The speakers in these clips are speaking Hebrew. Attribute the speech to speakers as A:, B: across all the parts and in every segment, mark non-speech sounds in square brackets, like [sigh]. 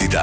A: הידע,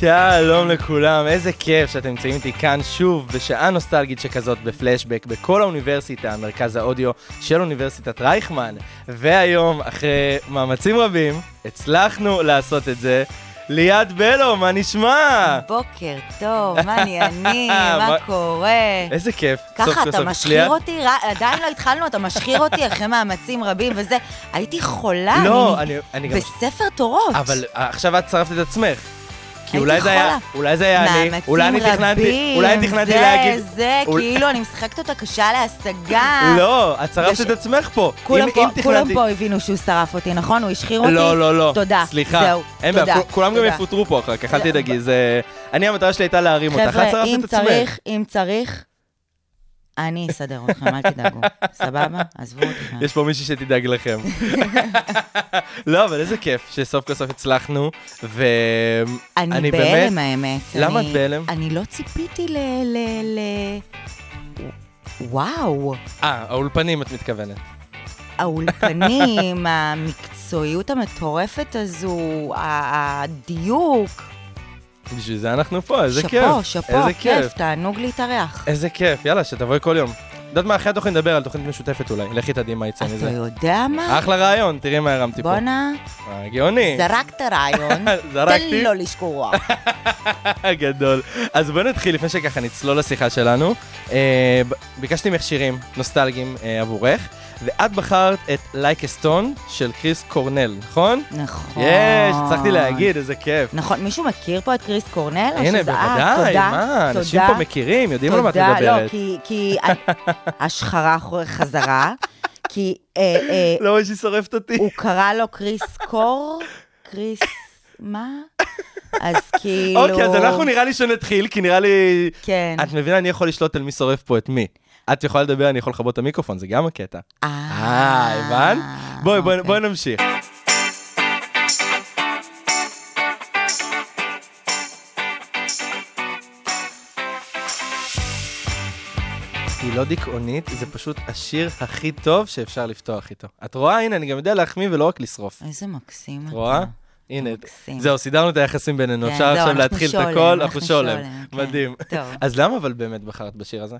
B: שלום לכולם, איזה כיף שאתם נמצאים איתי כאן שוב בשעה נוסטלגית שכזאת בפלשבק בכל האוניברסיטה, מרכז האודיו של אוניברסיטת רייכמן. והיום, אחרי מאמצים רבים, הצלחנו לעשות את זה. ליעד בלו, מה נשמע?
C: בוקר טוב, מה העניינים, מה
B: [laughs] מה-
C: קורה?
B: איזה כיף. סוף
C: ככה
B: כל
C: אתה
B: סוף
C: משחיר
B: הצליח.
C: אותי? ר- עדיין לא התחלנו, אתה משחיר אותי אחרי מאמצים רבים וזה. הייתי חולה,
B: לא,
C: אני
B: אני, אני גם...
C: בספר תורות.
B: אבל אה, עכשיו את צרפת את עצמך. כי
C: הייתי
B: אולי זה היה, אולי זה היה אני,
C: מאמצים
B: אולי אני תכננתי,
C: רבים,
B: אולי אני תכננתי
C: זה,
B: להגיד...
C: זה,
B: אול-
C: כאילו אני משחקת אותה קשה להשגה.
B: לא, את שרפת
C: יש-
B: את עצמך פה.
C: כולם
B: אם-
C: פה-
B: אם
C: כולם
B: תכננתי-
C: פה הבינו שהוא שרף אותי, נכון? הוא השחיר אותי?
B: לא, לא, לא.
C: תודה.
B: סליחה.
C: זהו,
B: אין
C: תודה.
B: בעיה, כול- כולם גם
C: תודה.
B: יפוטרו פה אחר כך, אל
C: לא,
B: תדאגי, זה... אני, המטרה שלי הייתה להרים אותך, את
C: חבר'ה,
B: שרפת
C: אם
B: את עצמך.
C: צריך, אם צריך, אני אסדר אתכם, אל
B: [laughs]
C: תדאגו. סבבה? עזבו אותי.
B: יש פה מישהי שתדאג
C: [laughs]
B: לכם. לא, אבל איזה כיף שסוף כל סוף הצלחנו, ו...
C: אני,
B: אני
C: בהלם
B: באמת-
C: האמת.
B: למה
C: אני-
B: את בהלם?
C: אני לא ציפיתי ל... ל... ל... וואו,
B: אה, האולפנים את מתכוונת. [laughs]
C: האולפנים, המקצועיות המטורפת הזו, ה- הדיוק.
B: בשביל זה אנחנו פה, איזה כיף.
C: שאפו, שאפו,
B: איזה כיף.
C: כיף, תענוג להתארח.
B: איזה כיף, יאללה, שתבואי כל יום. יודעת מה, אחרי התוכנית נדבר על תוכנית משותפת אולי, לכי תדעי מה יצא
C: אתה
B: מזה.
C: יודע מה?
B: אחלה רעיון, תראי מה הרמתי פה.
C: לא- בואנה,
B: אה, גאוני.
C: זרקת רעיון, תן
B: [laughs] זרקתי.
C: לו
B: [laughs]
C: לשקוע.
B: גדול. אז בואו נתחיל לפני שככה נצלול לשיחה שלנו. אה, ב- ביקשתי ממך שירים נוסטלגיים אה, עבורך, ואת בחרת את "Like a Stone" של קריס קורנל, נכון?
C: נכון.
B: יש, הצלחתי להגיד, איזה כיף.
C: נכון, מישהו מכיר פה את קריס קורנל? או
B: הנה,
C: לא, שזה את? תודה,
B: בוודאי, מה, אנשים
C: תודה.
B: פה מכירים, יודעים על מה את
C: תודה, לא,
B: מדברת.
C: כי- כי
B: [laughs]
C: השחרה אחורה- חזרה, כי אה, אה,
B: לא, מישהי שורפת אותי.
C: הוא קרא לו קריס קור, קריס, מה? אז כאילו...
B: [laughs] [laughs] אוקיי, אז אנחנו נראה לי שנתחיל, כי נראה לי...
C: כן.
B: את מבינה, אני יכול לשלוט על מי שורף פה את מי. את יכולה לדבר, אני יכול לכבות את המיקרופון, זה גם הקטע. אה, הבנת? בואי, בואי-
C: אוקיי.
B: בואי נמשיך. היא לא דיכאונית, זה פשוט השיר הכי טוב שאפשר לפתוח איתו. את רואה? הנה, אני גם יודע להחמיא ולא רק לשרוף.
C: איזה מקסים
B: את
C: אתה.
B: רואה? הנה,
C: אה, מקסים.
B: זהו, סידרנו את היחסים בינינו,
C: כן,
B: אפשר
C: זהו,
B: עכשיו
C: אנחנו
B: להתחיל את
C: שולם,
B: הכל,
C: אנחנו
B: אנחנו שולם.
C: שולם, כן.
B: מדהים.
C: טוב.
B: אז למה אבל באמת בחרת בשיר הזה?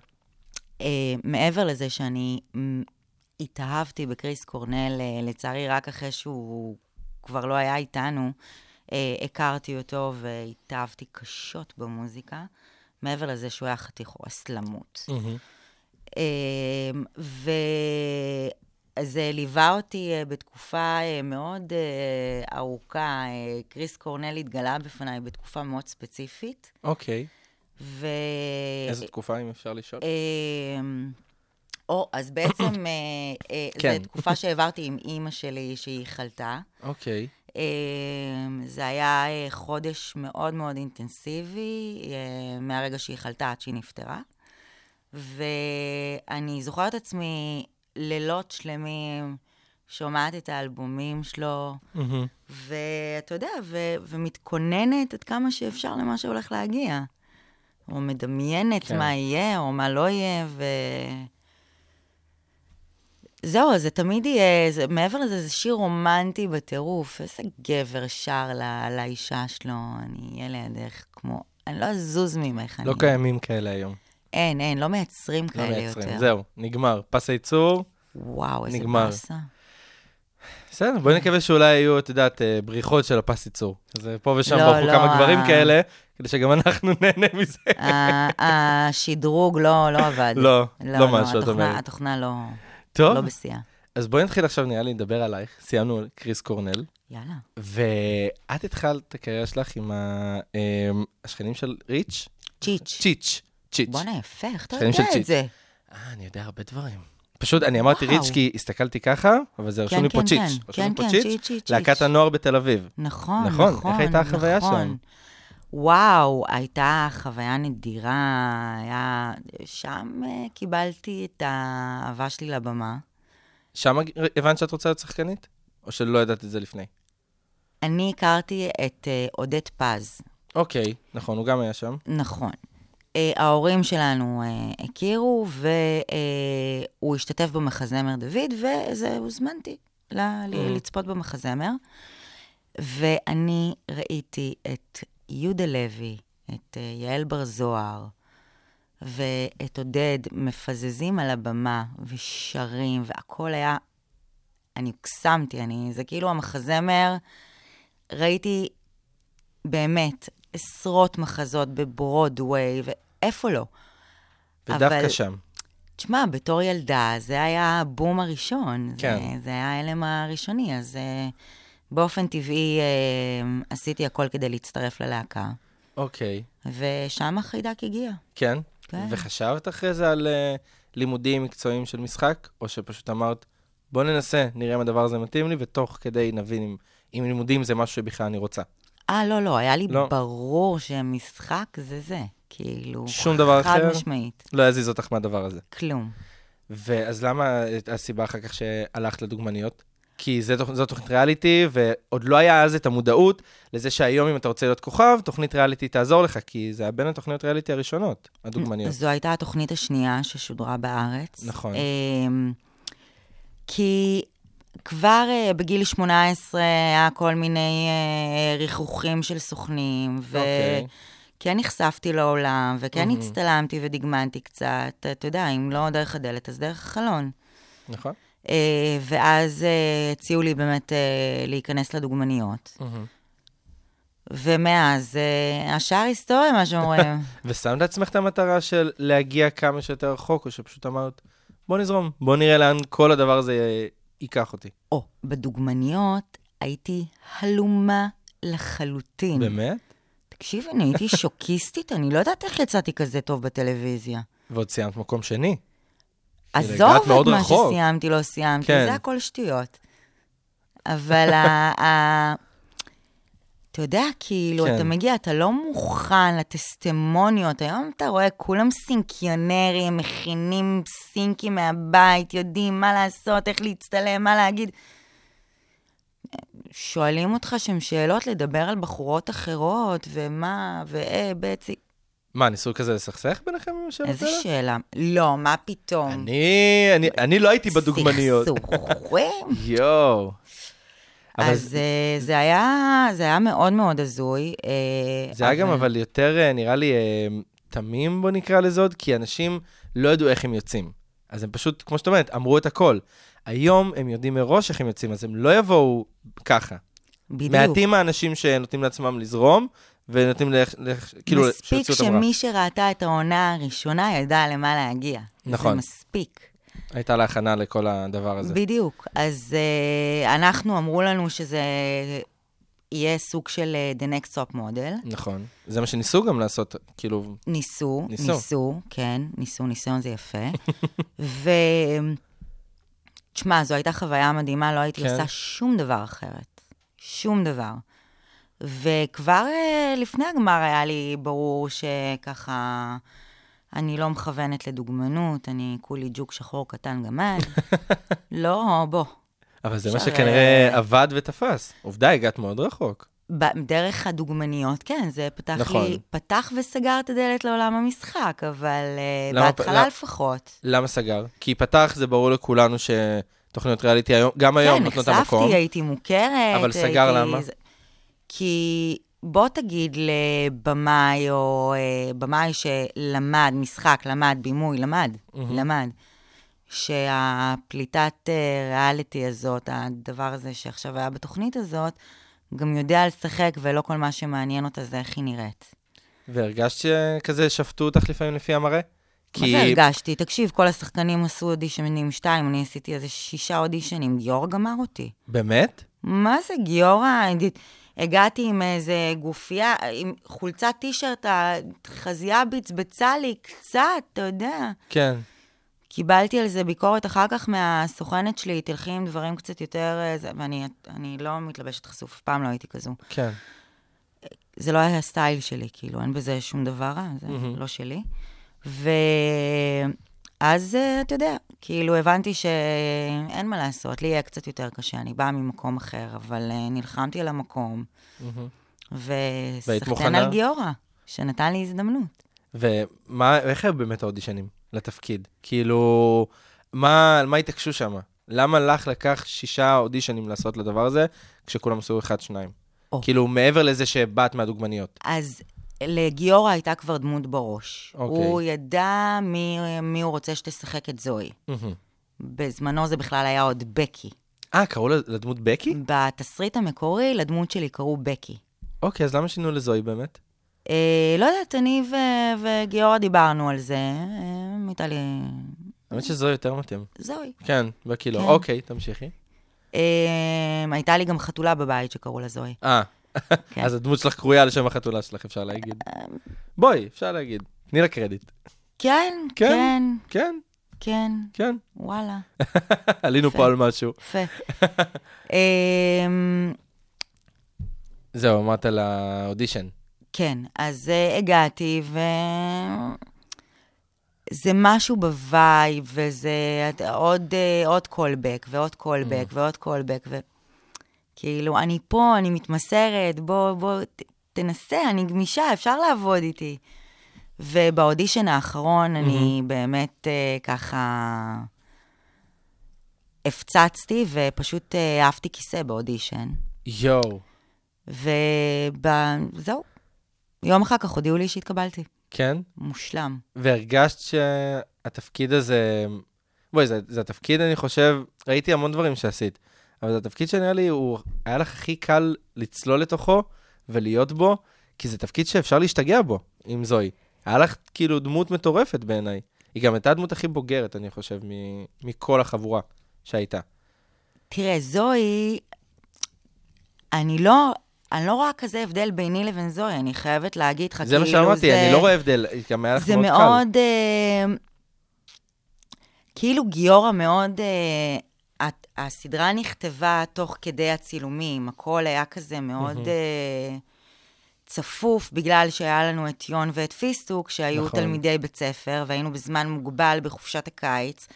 C: אה, מעבר לזה שאני מ, התאהבתי בקריס קורנל, אה, לצערי רק אחרי שהוא כבר לא היה איתנו, אה, הכרתי אותו והתאהבתי קשות במוזיקה, מעבר לזה שהוא היה חתיך רסלמות. אה, וזה ליווה אותי אה, בתקופה אה, מאוד אה, ארוכה. אה, קריס קורנל התגלה בפניי בתקופה מאוד ספציפית.
B: אוקיי.
C: ו...
B: איזו תקופה, אם אפשר לשאול?
C: אה, אמ, או, אז בעצם אה, אה,
B: כן.
C: זו תקופה שהעברתי עם אימא שלי שהיא חלתה.
B: אוקיי.
C: אמ, זה היה אה, חודש מאוד מאוד אינטנסיבי, אה, מהרגע שהיא חלתה עד שהיא נפטרה. ואני זוכרת את עצמי לילות שלמים, שומעת את האלבומים שלו,
B: מהמם.
C: ואתה יודע, ו- ומתכוננת עד כמה שאפשר למה שהולך להגיע. או מדמיינת
B: כן.
C: כן. מה יהיה, או מה לא יהיה, ו... זהו, זה תמיד יהיה, זה, מעבר לזה, זה שיר רומנטי בטירוף. איזה גבר שר ל, לאישה שלו, אני אהיה לידך כמו... אני לא אזוז ממך.
B: לא
C: אני...
B: קיימים כאלה היום.
C: אין, אין, לא מייצרים
B: לא
C: כאלה יותר.
B: מייצרים. זהו, נגמר. פס הייצור.
C: וואו, איזה
B: נגמר.
C: באסה.
B: בסדר, בואי נקווה שאולי יהיו, את יודעת, אה, בריחות של הפס ייצור. אז אה, פה ושם
C: לא,
B: ברחו
C: לא,
B: כמה גברים
C: אה.
B: כאלה, כדי שגם אנחנו [laughs] נהנה מזה.
C: ה- השדרוג לא, לא עבד.
B: לא, לא מה שאת
C: התוכנה-
B: אומרת.
C: התוכנה לא,
B: טוב,
C: לא בשיאה.
B: אז בואי נתחיל עכשיו, נראה לי, לדבר עלייך. סיימנו על קריס קורנל,
C: יאללה.
B: ואת התחלת את הקריירה שלך עם ה- אה, השכנים של ריץ'?
C: צ'יץ'.
B: צ'יץ'. צ'יץ'.
C: בואנה, יפה, איך אתה
B: שכנים
C: יודע
B: של
C: את
B: צ'יץ'.
C: זה?
B: אה, אני יודע הרבה דברים. פשוט, אני אמרתי
C: וואו.
B: ריץ' כי הסתכלתי ככה, אבל זה רשום
C: כן,
B: לי פה
C: כן,
B: צ'יץ'.
C: כן.
B: רשום לי
C: כן,
B: פה
C: כן,
B: צ'יץ',
C: צ'יץ', צ'יץ'.
B: להקת הנוער בתל אביב.
C: נכון,
B: נכון,
C: נכון,
B: איך הייתה החוויה
C: נכון.
B: שם?
C: וואו, הייתה חוויה נדירה, היה... שם אה, קיבלתי את האהבה שלי לבמה.
B: שם הג- הבנת שאת רוצה להיות שחקנית? או שלא ידעת את זה לפני?
C: אני הכרתי את אה, עודד פז,
B: אוקיי, נכון, הוא גם היה שם.
C: נכון. אה, ההורים שלנו אה, הכירו, והוא השתתף במחזמר דוד, וזה, הוזמנתי ל- ל- לצפות במחזמר. ואני ראיתי את יהודה לוי, את אה, יעל בר זוהר, ואת עודד מפזזים על הבמה, ושרים, והכל היה... אני הוקסמתי, אני... זה כאילו המחזמר. ראיתי באמת עשרות מחזות בברודוויי, ואיפה לא.
B: ודווקא
C: אבל-
B: שם.
C: תשמע, בתור ילדה, זה היה הבום הראשון.
B: כן.
C: זה, זה היה ההלם הראשוני, אז אה, באופן טבעי אה, עשיתי הכל כדי להצטרף ללהקה,
B: אוקיי,
C: ושם החיידק הגיע.
B: כן?
C: כן.
B: וחשבת אחרי זה על אה, לימודים מקצועיים של משחק, או שפשוט אמרת, בוא ננסה, נראה אם הדבר הזה מתאים לי, ותוך כדי נבין אם, אם לימודים זה משהו שבכלל אני רוצה.
C: אה, לא, לא, היה לי
B: לא.
C: לא. ברור שמשחק זה זה. כאילו,
B: שום דבר
C: חד
B: אחר?
C: משמעית,
B: לא יזיז אותך מהדבר הזה.
C: כלום.
B: ואז למה את- הסיבה אחר כך שהלכת לדוגמניות? כי זה, תוכ- זו תוכנית ריאליטי, ועוד לא היה אז את המודעות לזה שהיום אם אתה רוצה להיות כוכב, תוכנית ריאליטי תעזור לך, כי זה היה בין התוכניות ריאליטי הראשונות, הדוגמניות.
C: זו הייתה התוכנית השנייה ששודרה בארץ.
B: נכון.
C: אמ, כי כבר אה, בגיל 18 היה כל מיני אה, ריחוכים של סוכנים,
B: אוקיי.
C: וכן נחשפתי לעולם, וכן הצטלמתי ודגמנתי קצת, אתה יודע, אם לא דרך הדלת, אז דרך החלון.
B: נכון?
C: אה, ואז אה, הציעו לי באמת אה, להיכנס לדוגמניות. ומאז, אה, השאר היסטוריה,
B: [laughs]
C: מה שאומרים.
B: ושמת לעצמך את המטרה של להגיע כמה שיותר רחוק, או שפשוט אמרת, בוא נזרום, בוא נראה לאן כל הדבר הזה אה, ייקח אותי.
C: או, בדוגמניות הייתי הלומה לחלוטין.
B: באמת?
C: תקשיב, אני הייתי שוקיסטית, אני לא יודעת איך יצאתי כזה טוב בטלוויזיה.
B: ועוד סיימת מקום שני. כאילו, הגעת
C: עזוב
B: מאוד
C: את מה
B: רחוק.
C: שסיימתי, לא סיימתי,
B: כן.
C: זה הכל שטויות. אבל ה... ה... אתה יודע, כאילו,
B: כן.
C: אתה מגיע, אתה לא מוכן לתסטמוניות. היום אתה רואה, כולם סינקיונרים, מכינים סינקים מהבית, יודעים מה לעשות, איך להצטלם, מה להגיד. שואלים אותך שם שאלות לדבר על בחורות אחרות, ומה, ואה, בצי.
B: מה, ניסו כזה לסכסך ביניכם עם השאלות
C: איזה
B: האלה?
C: שאלה. לא, מה פתאום.
B: אני, אני, אני לא הייתי בדוגמניות.
C: סכסוכים.
B: יואו. אבל
C: אז אה, זה היה, זה היה מאוד מאוד הזוי. אה,
B: זה היה גם אבל יותר, אה, נראה לי, אה, תמים, בוא נקרא לזה עוד, כי אנשים לא ידעו איך הם יוצאים. אז הם פשוט, כמו שאת אומרת, אמרו את הכל. היום הם יודעים מראש איך הם יוצאים, אז הם לא יבואו ככה.
C: בדיוק.
B: מעטים האנשים שנותנים לעצמם לזרום, ונותנים לך, לך- כאילו,
C: מספיק
B: שיוציאו אותם רע.
C: שמי שראתה את העונה הראשונה ידע למה להגיע.
B: נכון.
C: זה מספיק.
B: הייתה לה הכנה לכל הדבר הזה.
C: בדיוק. אז אה, אנחנו, אמרו לנו שזה יהיה סוג של אה, The Next Top Model.
B: נכון. זה מה שניסו גם לעשות, כאילו,
C: ניסו,
B: ניסו.
C: ניסו, ניסו, כן, ניסו, ניסיון זה
B: [laughs]
C: יפה. ו... תשמע, זו הייתה חוויה מדהימה, לא הייתי
B: כן.
C: כן. עושה שום דבר אחרת. שום דבר. וכבר אה, לפני הגמר היה לי ברור שככה, אני לא מכוונת לדוגמנות, אני כולי ג'וק שחור קטן
B: [laughs]
C: גמד. לא, בוא.
B: אבל זה מה
C: אפשר,
B: שכנראה
C: אה,
B: עבד ותפס. עובדה, הגעת מאוד רחוק.
C: ב- דרך הדוגמניות, כן, זה פתח
B: נכון.
C: לי, פתח וסגר את הדלת לעולם המשחק, אבל אה,
B: למה פ-
C: בהתחלה
B: למה-
C: לפחות.
B: למה סגר? כי פתח, זה ברור לכולנו שתוכניות ריאליטי היום, גם היום נותנות את
C: כן,
B: המקום.
C: נחשפתי, הייתי מוכרת.
B: אבל סגר
C: הייתי...
B: למה?
C: זה- כי בוא תגיד לבמאי או אה, במאי שלמד משחק, למד בימוי, למד, למד, שהפליטת אה, ריאליטי הזאת, הדבר הזה שעכשיו היה בתוכנית הזאת, גם יודע לשחק, ולא כל מה שמעניין אותה זה איך היא נראית.
B: והרגשת שכזה שפטו אותך לפעמים לפי המראה?
C: מה זה הרגשתי? תקשיב, כל השחקנים עשו אודישנים שתיים, אני עשיתי איזה שישה אודישנים, גיאור גמר אותי.
B: באמת?
C: מה זה גיורא? הגעתי עם איזה גופייה, עם חולצת טישרט, החזייה בצבצה לי קצת, אתה יודע.
B: כן.
C: קיבלתי על זה ביקורת אחר כך מהסוכנת שלי, תלכי עם דברים קצת יותר... אה, זה", ואני אני לא מתלבשת חשוף, אף פעם לא הייתי כזו.
B: כן.
C: זה לא היה הסטייל שלי, כאילו, אין בזה שום דבר רע, זה לא שלי. ואז, אה, אתה יודע, כאילו, הבנתי שאין מה לעשות, לי יהיה קצת יותר קשה, אני באה ממקום אחר, אבל אה, נלחמתי על המקום,
B: והיית
C: וסחטיין
B: מוכנה?
C: על גיורא, שנתן לי הזדמנות.
B: ומה, איך היו באמת האודישנים לתפקיד? כאילו, מה, על מה התעקשו שם? למה לך לקח שישה אודישנים לעשות לדבר הזה, כשכולם עשו אחד, שניים?
C: או.
B: כאילו, מעבר לזה שבאת מהדוגמניות.
C: אז לגיורא הייתה כבר דמות בראש.
B: אוקיי.
C: הוא ידע מי, מי הוא רוצה שתשחק את זוהי.
B: מהמם.
C: בזמנו זה בכלל היה עוד בקי.
B: אה, קראו לד- לדמות בקי?
C: בתסריט המקורי, לדמות שלי קראו בקי.
B: אוקיי, אז למה שינו לזוהי באמת?
C: אה, לא יודעת, אני ו- וגיורא דיברנו על זה. אה, הייתה לי...
B: האמת שזוהי יותר מתאים.
C: זוהי.
B: כן, בקי לא.
C: כן.
B: אוקיי, תמשיכי.
C: אה, הייתה לי גם חתולה בבית שקראו לה זוהי.
B: אה,
C: כן.
B: אז הדמות שלך קרויה לשם החתולה שלך, אפשר להגיד. בואי, אפשר להגיד. תני לה קרדיט.
C: כן,
B: כן.
C: כן,
B: כן,
C: כן,
B: כן.
C: וואלה,
B: עלינו פה
C: יפה.
B: על משהו.
C: יפה. אה,
B: זהו, אמרת על האודישן.
C: כן, אז אה, הגעתי, ו... זה משהו בוואי, וזה את- עוד, אה, עוד קולבק, ועוד קולבק, ועוד קולבק, וכאילו, אני פה, אני מתמסרת, בוא, בוא, ת, תנסה, אני גמישה, אפשר לעבוד איתי. ובאודישן האחרון, אני באמת אה, ככה הפצצתי, ופשוט אה, העפתי כיסא באודישן.
B: יואו.
C: וזהו. יום אחר כך הודיעו לי שהתקבלתי.
B: כן?
C: מושלם.
B: והרגשת שהתפקיד הזה... בואי, זה, זה התפקיד, אני חושב, ראיתי המון דברים שעשית, אבל זה התפקיד שנראה לי, הוא היה לך הכי קל לצלול לתוכו ולהיות בו, כי זה תפקיד שאפשר להשתגע בו, עם זוהי. היה לך כאילו דמות מטורפת בעיניי. היא גם הייתה הדמות הכי בוגרת, אני חושב, מ... מכל החבורה שהייתה.
C: תראה, זוהי, אני לא, אני לא רואה כזה הבדל ביני לבין זוהי, אני חייבת להגיד לך,
B: זה
C: כאילו,
B: מה שאמרתי, אני לא רואה הבדל, גם היה לך
C: זה
B: מאוד קל.
C: מאוד... אה, כאילו גיורא מאוד... אה, הת- הסדרה נכתבה תוך כדי הצילומים, הכל היה כזה מאוד אה, צפוף, בגלל שהיה לנו את יון ואת פיסטוק, שהיו
B: נכון.
C: תלמידי בית ספר, והיינו בזמן מוגבל בחופשת הקיץ.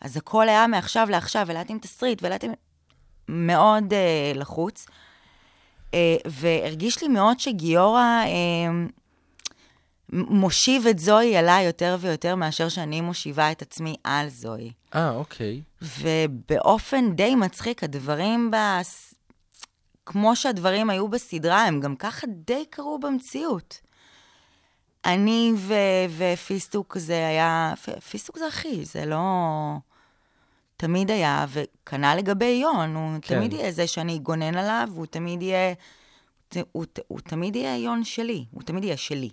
C: אז הכל היה מעכשיו לעכשיו, העלאתם תסריט, העלאתם... מאוד אה, לחוץ. אה, והרגיש לי מאוד שגיורא אה, מ- מושיב את זוהי עליי יותר ויותר מאשר שאני מושיבה את עצמי על זוהי.
B: אה, אוקיי.
C: ובאופן די מצחיק, הדברים בס... כמו שהדברים היו בסדרה, הם גם ככה די קרו במציאות. אני ו... ופיסטוק זה היה... פ- פיסטוק זה אחי, זה לא... תמיד היה, וכנ"ל לגבי יון, הוא
B: כן.
C: כן. תמיד יהיה זה שאני אגונן עליו, הוא תמיד יהיה... הוא, הוא, הוא תמיד יהיה יון שלי, הוא תמיד יהיה שלי.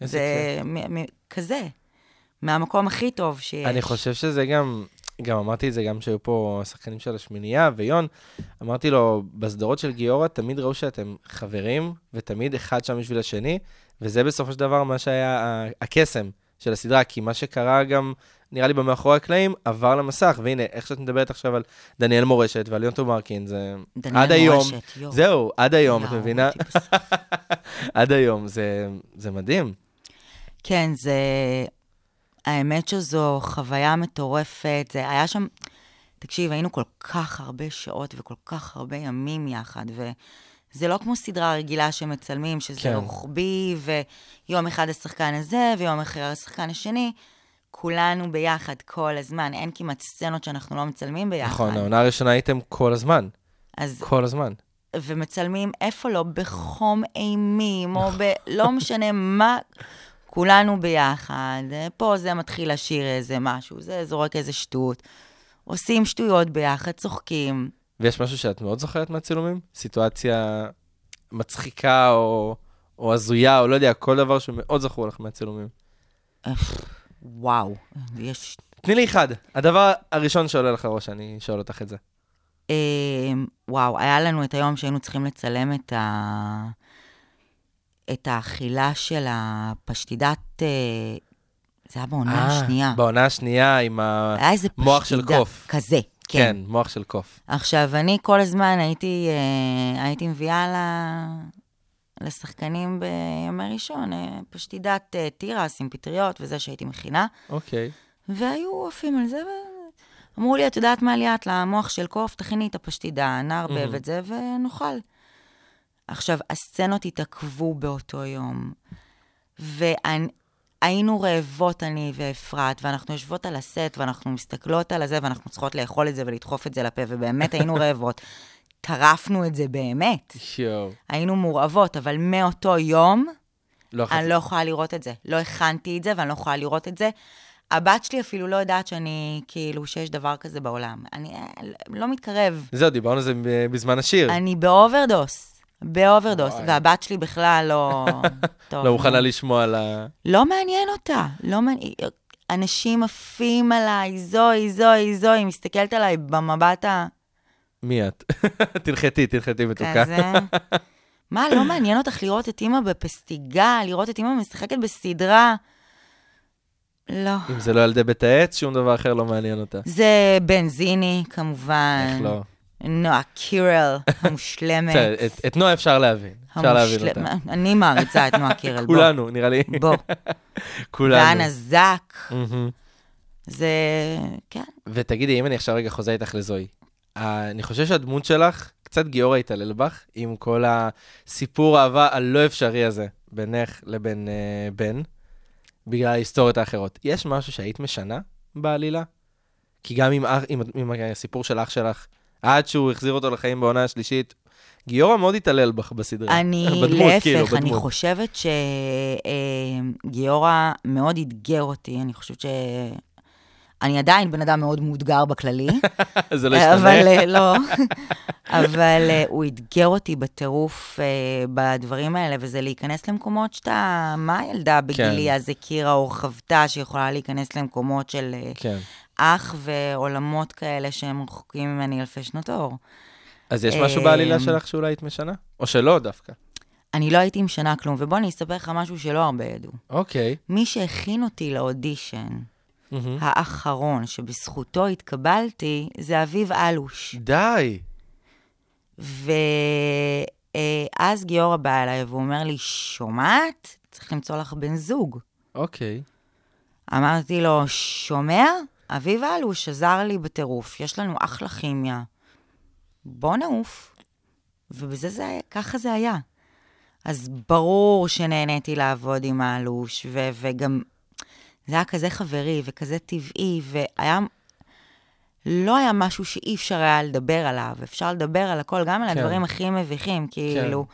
B: איזה כיף.
C: זה מ, מ, כזה, מהמקום הכי טוב שיש.
B: אני חושב שזה גם, גם אמרתי את זה גם כשהיו פה השחקנים של השמינייה ויון, אמרתי לו, בסדרות של גיורא תמיד ראו שאתם חברים, ותמיד אחד שם בשביל השני, וזה בסופו של דבר מה שהיה ה- הקסם של הסדרה, כי מה שקרה גם, נראה לי במאחורי הקלעים, עבר למסך, והנה, איך שאת מדברת עכשיו על דניאל מורשת ועל יונתו מרקין, זה
C: דניאל
B: עד היום,
C: מורשת, יואו.
B: זהו, עד היום, את
C: יואו,
B: מבינה?
C: הוא טיפוס.
B: עד היום, זה זה מדהים.
C: כן, זה... האמת שזו חוויה מטורפת. זה היה שם... תקשיב, היינו כל כך הרבה שעות וכל כך הרבה ימים יחד, וזה לא כמו סדרה רגילה שמצלמים, שזה
B: כן.
C: כן. רוחבי, ויום אחד השחקן הזה, ויום אחר השחקן השני. כולנו ביחד כל הזמן, אין כמעט סצנות שאנחנו לא מצלמים ביחד.
B: נכון, העונה הראשונה הייתם כל הזמן,
C: אז
B: כל הזמן.
C: ומצלמים איפה לא, בחום אימים,
B: נכון.
C: או ב... לא משנה מה, כולנו ביחד. פה זה מתחיל לשיר איזה משהו, זה זורק איזה שטות. עושים שטויות ביחד, צוחקים.
B: ויש משהו שאת מאוד זוכרת מהצילומים? סיטואציה מצחיקה או, או הזויה, או לא יודע, כל דבר שמאוד זכור לך מהצילומים.
C: אף, וואו, יש...
B: תני לי אחד, הדבר הראשון שעולה לך ראש, אני שואל אותך את זה.
C: אה, וואו, היה לנו את היום שהיינו צריכים לצלם את, ה... את האכילה של הפשטידת... אה... זה היה בעונה השנייה.
B: אה, בעונה השנייה עם ה...
C: היה איזה פשטידה.
B: מוח של קוף.
C: כזה, אה, כן.
B: כן, מוח של קוף.
C: עכשיו, אני כל הזמן הייתי, אה, הייתי מביאה ל... לשחקנים בימי ראשון, אה, פשטידת אה, תירס עם פטריות וזה שהייתי מכינה,
B: אוקיי.
C: והיו עפים על זה, ואמרו לי, את יודעת מה ליאת, למוח של קוף, תכיני את הפשטידה, נערבב את זה ונאכל. עכשיו, הסצנות התעכבו באותו יום, והיינו רעבות, אני ואפרת, ואנחנו יושבות על הסט, ואנחנו מסתכלות על הזה, ואנחנו צריכות לאכול את זה ולדחוף את זה לפה, ובאמת היינו רעבות. טרפנו את זה באמת.
B: יואו.
C: היינו מורעבות, אבל מאותו יום,
B: לא
C: אני לא יכולה לראות את זה. לא הכנתי את זה ואני לא יכולה לראות את זה. הבת שלי אפילו לא יודעת שאני, כאילו, שיש דבר כזה בעולם. אני אה, לא מתקרב.
B: זהו, דיברנו על זה ב- בזמן השיר.
C: אני באוברדוס, באוברדוס,
B: כן. וואי.
C: והבת שלי בכלל
B: [laughs]
C: לא... טוב,
B: לא מוכנה
C: נו.
B: לשמוע על ה...
C: לא מעניין אותה. לא מעניין... אנשים עפים עליי, זוהי, זוהי, זוהי, היא מסתכלת עליי במבט ה...
B: מי את? [laughs] תנחתי,
C: כן,
B: תנחתי מתוקה. [laughs]
C: כזה. מה, לא מעניין אותך לראות את אימא בפסטיגה, לראות את אימא משחקת בסדרה? לא.
B: אם זה לא ילדי בית העץ, שום דבר אחר לא מעניין אותה.
C: זה בנזיני, כמובן.
B: איך לא?
C: נועה קירל, המושלמת.
B: בסדר, [laughs] את- את נועה אפשר להבין. אפשר להבין
C: המושל-
B: אותה.
C: אני מעריצה את נועה קירל, בוא.
B: כולנו, נראה
C: [laughs]
B: לי. [laughs]
C: בוא.
B: כולנו.
C: דנה זק,
B: מהמם.
C: זה... כן.
B: ותגידי, אם אני עכשיו רגע חוזה איתך לזוהי, אה, אני חושב שהדמות שלך, קצת גיורא התעלל בך, עם כל הסיפור האהבה הלא אפשרי הזה, בינך לבין אה, בן, בגלל ההיסטוריות האחרות. יש משהו שהיית משנה בעלילה? כי גם עם, אח- עם, עם הסיפור של אח שלך, עד שהוא החזיר אותו לחיים בעונה השלישית, גיורא מאוד התעלל בך בסדרה.
C: אני,
B: [laughs] בדמות,
C: להפך,
B: כאילו,
C: אני
B: בדמות.
C: חושבת שגיורא מאוד אתגר אותי, אני חושבת ש... אני עדיין בן אדם מאוד מאותגר בכללי,
B: [laughs] זה לא ישתנה.
C: אבל אה, לא. [laughs] אבל אה, הוא אתגר אותי בטירוף אה, בדברים האלה, וזה להיכנס למקומות שאתה... מה הילדה
B: כן.
C: בגילי אז הכירה או חוותה שיכולה להיכנס למקומות של אה,
B: כן.
C: אח ועולמות כאלה שהם רחוקים ממני אלפי שנות אור.
B: אז יש משהו בעלילה
C: אה,
B: שלך שאולי היית משנה? או שלא דווקא.
C: אני לא הייתי משנה כלום, ובוא אני אספר לך משהו שלא הרבה ידעו.
B: אוקיי.
C: מי שהכין אותי לאודישן
B: מהמם.
C: האחרון, שבזכותו התקבלתי, זה אביב אלוש.
B: די.
C: ואז גיורא בא אליי והוא אומר לי, שומעת? צריך למצוא לך בן זוג.
B: אוקיי.
C: אמרתי לו, שומע? אביב אלוש עזר לי בטירוף, יש לנו אחלה כימיה. בוא נעוף. ובזה זה, ככה זה היה. אז ברור שנהניתי לעבוד עם האלוש, ו- וגם זה היה כזה חברי וכזה טבעי, והיה... לא היה משהו שאי אפשר היה לדבר עליו. אפשר לדבר על הכל, גם על
B: כן.
C: הדברים הכי מביכים, כאילו,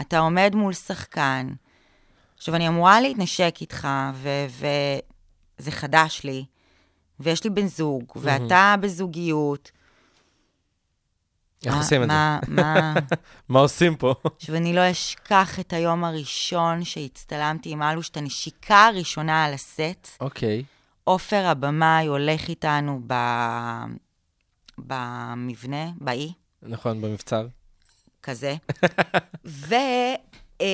C: אתה עומד מול שחקן, עכשיו, אני אמורה להתנשק איתך, ו- וזה חדש לי, ויש לי בן זוג, ואתה בזוגיות.
B: איך
C: מה-
B: עושים את זה?
C: מה,
B: [laughs]
C: מה...
B: מה עושים פה? [laughs]
C: עכשיו, אני לא אשכח את היום הראשון שהצטלמתי עם אלוש, את הנשיקה הראשונה על הסט.
B: אוקיי.
C: עופר הבמאי הולך איתנו ב... במבנה, באי,
B: נכון, במבצר.
C: כזה. ו... אמ,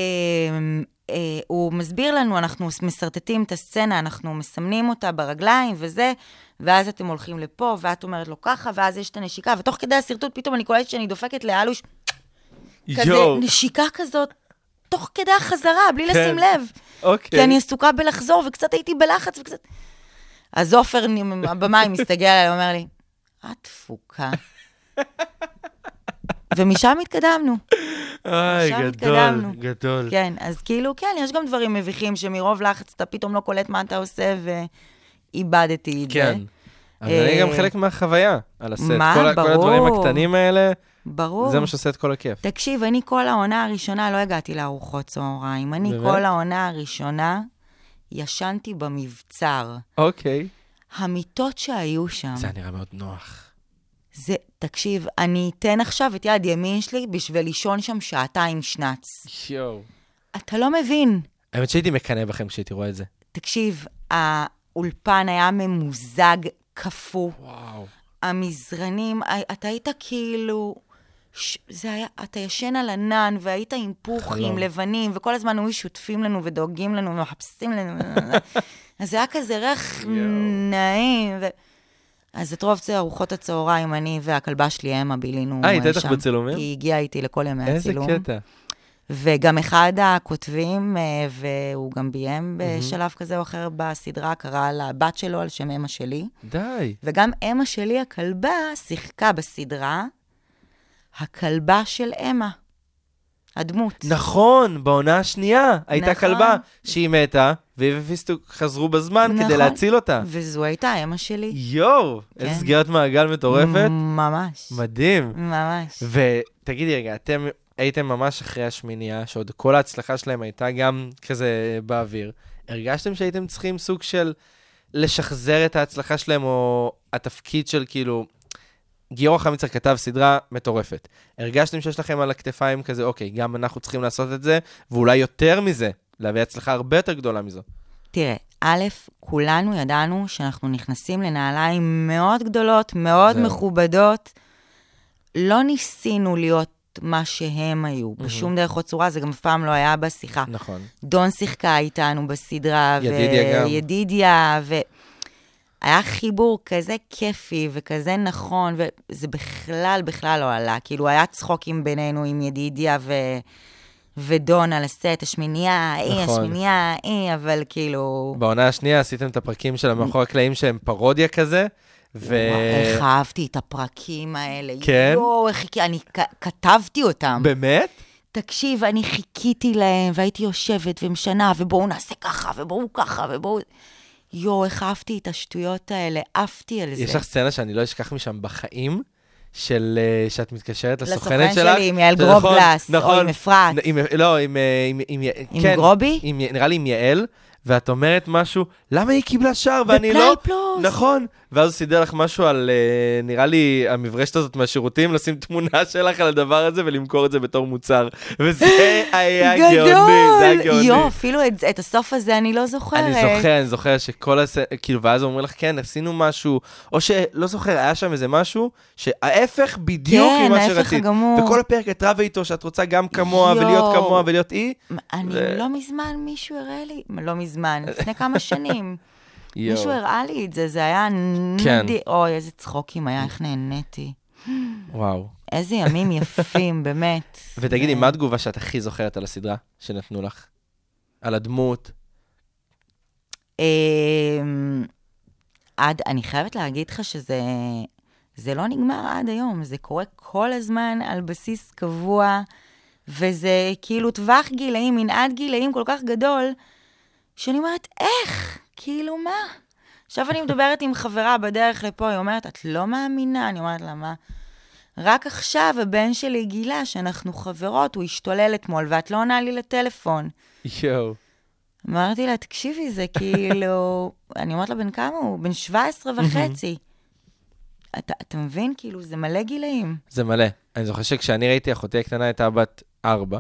C: אה, הוא מסביר לנו, אנחנו משרטטים את הסצנה, אנחנו מסמנים אותה ברגליים וזה, ואז אתם הולכים לפה, ואת אומרת לו ככה, ואז יש את הנשיקה, ותוך כדי השרטוט פתאום אני קולטת שאני דופקת לאלוש, כזה
B: יואו,
C: נשיקה כזאת, תוך כדי החזרה, בלי
B: כן.
C: לשים לב.
B: אוקיי.
C: כי כן, אני עסוקה בלחזור, וקצת הייתי בלחץ, וקצת... אז עופר, נ- הבמאי, מסתגל עליי, אומר לי, את דפוקה. ומשם התקדמנו.
B: איי,
C: עכשיו
B: גדול,
C: התקדמנו.
B: גדול.
C: כן, אז כאילו, כן, יש גם דברים מביכים שמרוב לחץ אתה פתאום לא קולט מה אתה עושה, ואיבדתי את
B: כן.
C: זה.
B: אבל אני גם
C: אה,
B: חלק מהחוויה על הסט.
C: מה?
B: כל ה- כל הדברים
C: ברור.
B: הקטנים האלה,
C: ברור.
B: זה מה שעושה את כל הכיף.
C: תקשיב, אני כל העונה הראשונה לא הגעתי לארוחות צהריים. אני
B: באמת?
C: כל העונה הראשונה ישנתי במבצר.
B: אוקיי.
C: המיטות שהיו שם,
B: זה היה נראה מאוד נוח.
C: זה, תקשיב, אני אתן עכשיו את יד ימין שלי בשביל לישון שם שעתיים שנץ.
B: יואו.
C: אתה לא מבין.
B: האמת שהייתי מקנא בכם כשהייתי רואה את זה.
C: תקשיב, האולפן היה ממוזג, קפוא.
B: וואו.
C: המזרנים, ה- אתה היית כאילו... ש... זה היה, אתה ישן על ענן, והיית עם
B: חלום.
C: פוחים לבנים, וכל הזמן היו שוטפים לנו ודואגים לנו ומחפשים לנו.
B: [laughs]
C: אז זה היה כזה ריח נעים. ו... אז את רוב זה ארוחות הצהריים, אני והכלבה שלי, אמה, בילינו
B: אה, היא הייתה
C: אה,
B: איתך
C: שם.
B: בצילומים?
C: היא הגיעה איתי לכל ימי
B: איזה
C: הצילום.
B: קטע.
C: וגם אחד הכותבים, אה, והוא גם ביים בשלב כזה או אחר בסדרה, קרא לבת שלו על שם אמא שלי.
B: די.
C: וגם אמא שלי, הכלבה, שיחקה בסדרה הכלבה של אמה, הדמות.
B: נכון, בעונה השנייה הייתה
C: נכון.
B: כלבה שהיא מתה, והיא ופיסטוק חזרו בזמן כדי
C: נכון.
B: להציל אותה.
C: וזו הייתה אמא שלי.
B: יואו, איזה סגירת מעגל מטורפת.
C: כן. ממש.
B: מדהים.
C: ממש.
B: ותגידי רגע, אתם הייתם ממש אחרי השמינייה, שעוד כל ההצלחה שלהם הייתה גם כזה באוויר. הרגשתם שהייתם צריכים סוג של לשחזר את ההצלחה שלהם, או התפקיד של כאילו... גיורא חמיצר כתב סדרה מטורפת. הרגשתם שיש לכם על הכתפיים כזה, אוקיי, גם אנחנו צריכים לעשות את זה, ואולי יותר מזה, להביא הצלחה הרבה יותר גדולה מזו.
C: תראה, א', כולנו ידענו שאנחנו נכנסים לנעליים מאוד גדולות, מאוד
B: זהו.
C: זה. מכובדות. לא ניסינו להיות מה שהם היו, בשום דרך או צורה, זה גם אף פעם לא היה בשיחה.
B: נכון.
C: דון שיחקה איתנו בסדרה,
B: ידידיה גם.
C: וידידיה, והיה חיבור כזה כיפי וכזה נכון, וזה בכלל, בכלל לא עלה. כאילו, היה צחוקים בינינו עם ידידיה ו... ודון על הסט, אה, השמינייה, אי,
B: נכון.
C: השמינייה, אי, אה, אבל כאילו...
B: בעונה השנייה עשיתם את הפרקים של המאחורי הקלעים שהם פרודיה כזה, ו...
C: וואו, איך אהבתי את הפרקים האלה.
B: כן?
C: יואו, איך חיכיתי, אני כ- כתבתי אותם.
B: באמת?
C: תקשיב, אני חיכיתי להם, והייתי יושבת ומשנה, ובואו נעשה ככה, ובואו ככה, ובואו... יואו, איך אהבתי את השטויות האלה, עפתי על זה.
B: יש לך סצנה שאני לא אשכח משם בחיים, של אה, שאת מתקשרת
C: לסוכן
B: לסוכנת
C: שלי,
B: שלך.
C: עם יעל
B: שזה
C: גרובלס,
B: נכון,
C: או עם אפרת.
B: נ- עם- לא, עם... אה, עם-
C: עם
B: כן,
C: גרובי?
B: עם- נראה לי עם יעל, ואת אומרת משהו, למה היא קיבלה שער ואני
C: בפלאי
B: לא?
C: פלוס.
B: נכון. ואז הוא סידר לך משהו על, אה, נראה לי, המברשת הזאת מהשירותים, לשים תמונה שלך על הדבר הזה ולמכור את זה בתור מוצר.
C: [laughs]
B: וזה היה גאוני, זה היה גאוני.
C: יואו, אפילו את, את הסוף הזה אני לא זוכרת.
B: אני זוכר, אני זוכר שכל הס... כאילו, ואז אומרים לך, כן, עשינו משהו, או שלא זוכר, היה שם איזה משהו שההפך בדיוק
C: כן,
B: ממה שרצית.
C: ההפך הגמור.
B: וכל הפרק את רבה איתו, שאת רוצה גם כמוה, ולהיות
C: יואו.
B: כמוה, ולהיות אי.
C: אני
B: זה-
C: לא מזמן, מישהו הראה לי, לא
B: [laughs]
C: מזמן, לפני כמה שנים. מישהו הראה לי את זה, זה היה
B: כן.
C: נדי, אוי, איזה צחוקים היה, איך נהניתי.
B: וואו.
C: איזה ימים יפים, באמת.
B: ותגידי,
C: זה-
B: מה התגובה שאת הכי זוכרת על הסדרה שנתנו לך? על הדמות?
C: אמ, עד, אני חייבת להגיד לך שזה זה לא נגמר עד היום, זה קורה כל הזמן על בסיס קבוע, וזה כאילו טווח גילאים, מנעד גילאים כל כך גדול, שאני אומרת, איך? כאילו, מה? עכשיו אני מדברת עם חברה בדרך לפה, היא אומרת, את לא מאמינה? אני אומרת לה, מה? רק עכשיו הבן שלי גילה שאנחנו חברות, הוא השתולל אתמול, ואת לא עונה לי לטלפון.
B: יואו.
C: אמרתי לה, תקשיבי, זה כאילו... [laughs] אני אומרת לה, בן כמה הוא? בן 17 וחצי. אתה, אתה מבין? כאילו, זה מלא גילאים.
B: זה מלא. אני זוכר שכשאני ראיתי, אחותי הקטנה הייתה בת ארבע,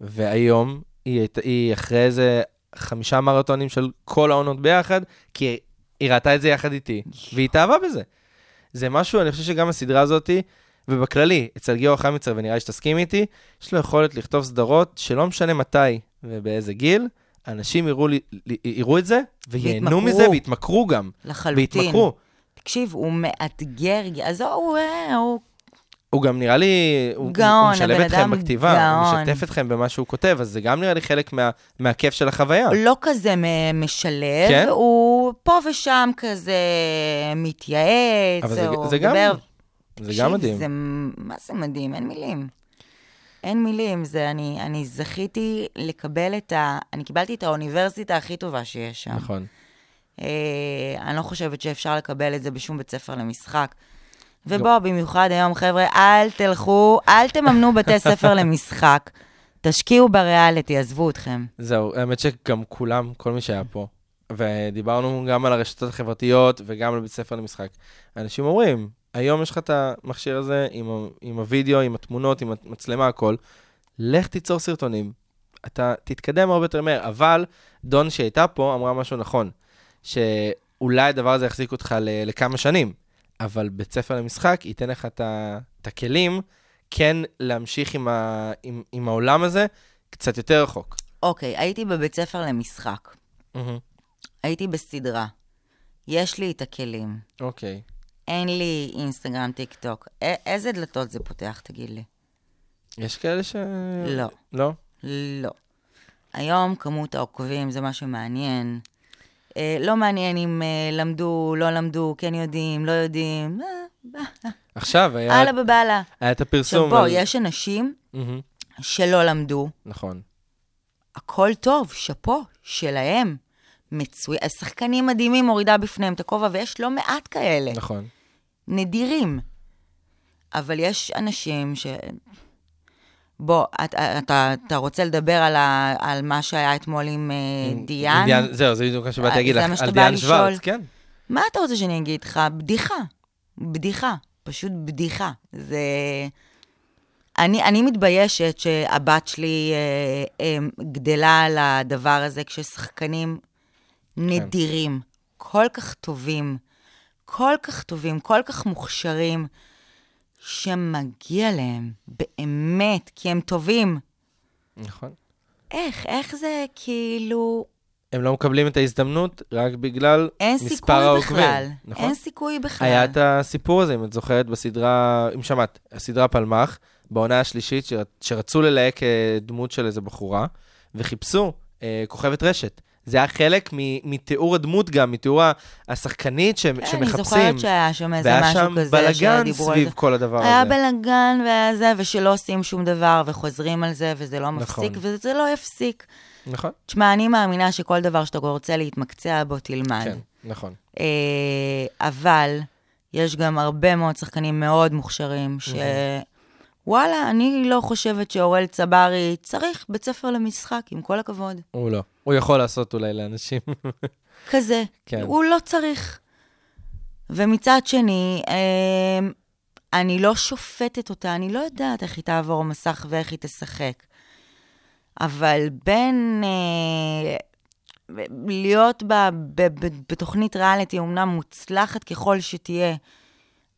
B: והיום היא, היית, היא אחרי איזה חמישה מרתונים של כל העונות ביחד, כי היא ראתה את זה יחד איתי, והיא התאהבה בזה. זה משהו, אני חושב שגם הסדרה הזאתי, ובכללי, אצל גיאור חמיצר, ונראה לי שתסכים איתי, יש לו יכולת לכתוב סדרות שלא משנה מתי ובאיזה גיל, אנשים יראו, לי, ל- יראו את זה, וייהנו
C: ויתמכרו.
B: מזה, ויתמכרו גם.
C: לחלוטין.
B: ויתמכרו.
C: תקשיב, הוא מאתגר, אז הוא, אה, הוא...
B: הוא גם נראה לי, הוא,
C: גאון,
B: הוא משלב
C: הבן
B: אתכם
C: אדם
B: בכתיבה, הוא
C: גאון.
B: משתף אתכם במה שהוא כותב, אז זה גם נראה לי חלק מה, מהכיף של החוויה.
C: לא כזה מ- משלב,
B: אה. כן?
C: הוא פה ושם כזה מתייעץ,
B: אבל זה-
C: או
B: זה גם-
C: מדבר.
B: זה גם מדהים.
C: זה, מה זה מדהים? אין מילים. אין מילים, זה אני, אני זכיתי לקבל את ה... אני קיבלתי את האוניברסיטה הכי טובה שיש שם.
B: נכון.
C: אה, אני לא חושבת שאפשר לקבל את זה בשום בית ספר למשחק. ובוא, במיוחד היום, חבר'ה, אל תלכו, אל תממנו בתי ספר למשחק. תשקיעו בריאליטי, עזבו אתכם.
B: זהו, האמת שגם כולם, כל מי שהיה פה, ודיברנו גם על הרשתות החברתיות וגם על בית ספר למשחק. אנשים אומרים, היום יש לך את המכשיר הזה עם, ה- עם הוידאו, עם התמונות, עם המצלמה, הכל, לך תיצור סרטונים. אתה תתקדם הרבה יותר מהר, אבל דון שהייתה פה אמרה משהו נכון, שאולי הדבר הזה יחזיק אותך ל- לכמה שנים, אבל בית ספר למשחק ייתן לך את ה- את הכלים כן להמשיך עם, ה, עם, עם העולם הזה קצת יותר רחוק.
C: אוקיי, הייתי בבית ספר למשחק,
B: מהמם.
C: הייתי בסדרה. יש לי את הכלים,
B: אוקיי.
C: אין לי אינסטגרם, טיק טוק. א- איזה דלתות זה פותח, תגיד לי?
B: יש כאלה ש...
C: לא.
B: לא?
C: לא. היום כמות העוקבים זה מה שמעניין. אה, לא מעניין אם אה, למדו, לא למדו, כן יודעים, לא יודעים, אה,
B: עכשיו היה
C: הלאה בבעלה.
B: היה את
C: עכשיו
B: הפרסום.
C: בוא,
B: על-
C: יש אנשים
B: מהמם,
C: שלא למדו,
B: נכון.
C: הכל טוב, שאפו, שלהם. מצוי... השחקנים מדהימים, מורידה בפניהם את הכובע, ויש לא מעט כאלה,
B: נכון.
C: אה, נדירים. אבל יש אנשים ש... בוא, אתה, אתה, אתה רוצה לדבר על, ה, על מה שהיה אתמול עם, עם דיאן?
B: דיאן, זהו, זה בדיוק מה שבאתי
C: אה,
B: להגיד
C: זה
B: לך,
C: מה שאתה
B: על
C: בא
B: דיאן
C: לשאול.
B: שוורץ, כן.
C: מה אתה רוצה שאני אגיד לך? בדיחה. בדיחה. פשוט בדיחה. זה... אני, אני מתביישת שהבת שלי אה, אה, גדלה על הדבר הזה כששחקנים
B: כן.
C: נדירים, כל כך טובים, כל כך טובים, כל כך מוכשרים, שמגיע להם, באמת, כי הם טובים.
B: נכון.
C: איך, איך זה כאילו...
B: הם לא מקבלים את ההזדמנות רק בגלל
C: אין
B: מספר
C: סיכוי
B: העוקבים.
C: בכלל.
B: נכון.
C: אין סיכוי בכלל.
B: היה את הסיפור הזה, אם את זוכרת, בסדרה, אם שמעת, הסדרה פלמח, בעונה השלישית, שר, שרצו ללהק אה, דמות של איזה בחורה, וחיפשו אה, כוכבת רשת. זה היה חלק מ- מתיאור הדמות גם, מתיאור ה- השחקנית ש-
C: כן,
B: שמחפשים.
C: אני זוכרת שהיה שם איזה
B: והיה
C: משהו
B: שם
C: כזה,
B: בלאגן
C: שדיברו על
B: סביב
C: זה.
B: כל הדבר הזה.
C: היה בלאגן והיה זה, ושלא עושים שום דבר, וחוזרים על זה, וזה לא
B: נכון.
C: מפסיק, וזה לא יפסיק.
B: נכון,
C: תשמע, אני מאמינה שכל דבר שאתה רוצה להתמקצע בו, תלמד.
B: כן, נכון.
C: אה, אבל יש גם הרבה מאוד שחקנים מאוד מוכשרים, ש... וואלה, אני לא חושבת שאורל צברי צריך בית ספר למשחק, עם כל הכבוד.
B: הוא לא. הוא יכול לעשות אולי לאנשים. [laughs]
C: כזה.
B: כן.
C: כן. הוא לא צריך. ומצד שני, אמ, אני לא שופטת אותה, אני לא יודעת איך היא תעבור מסך ואאיך היא תשחק. אבל בין אה, ב- להיות ב, ב, ב, בתוכנית ריאליטי, אומנם מוצלחת ככל שתהיה,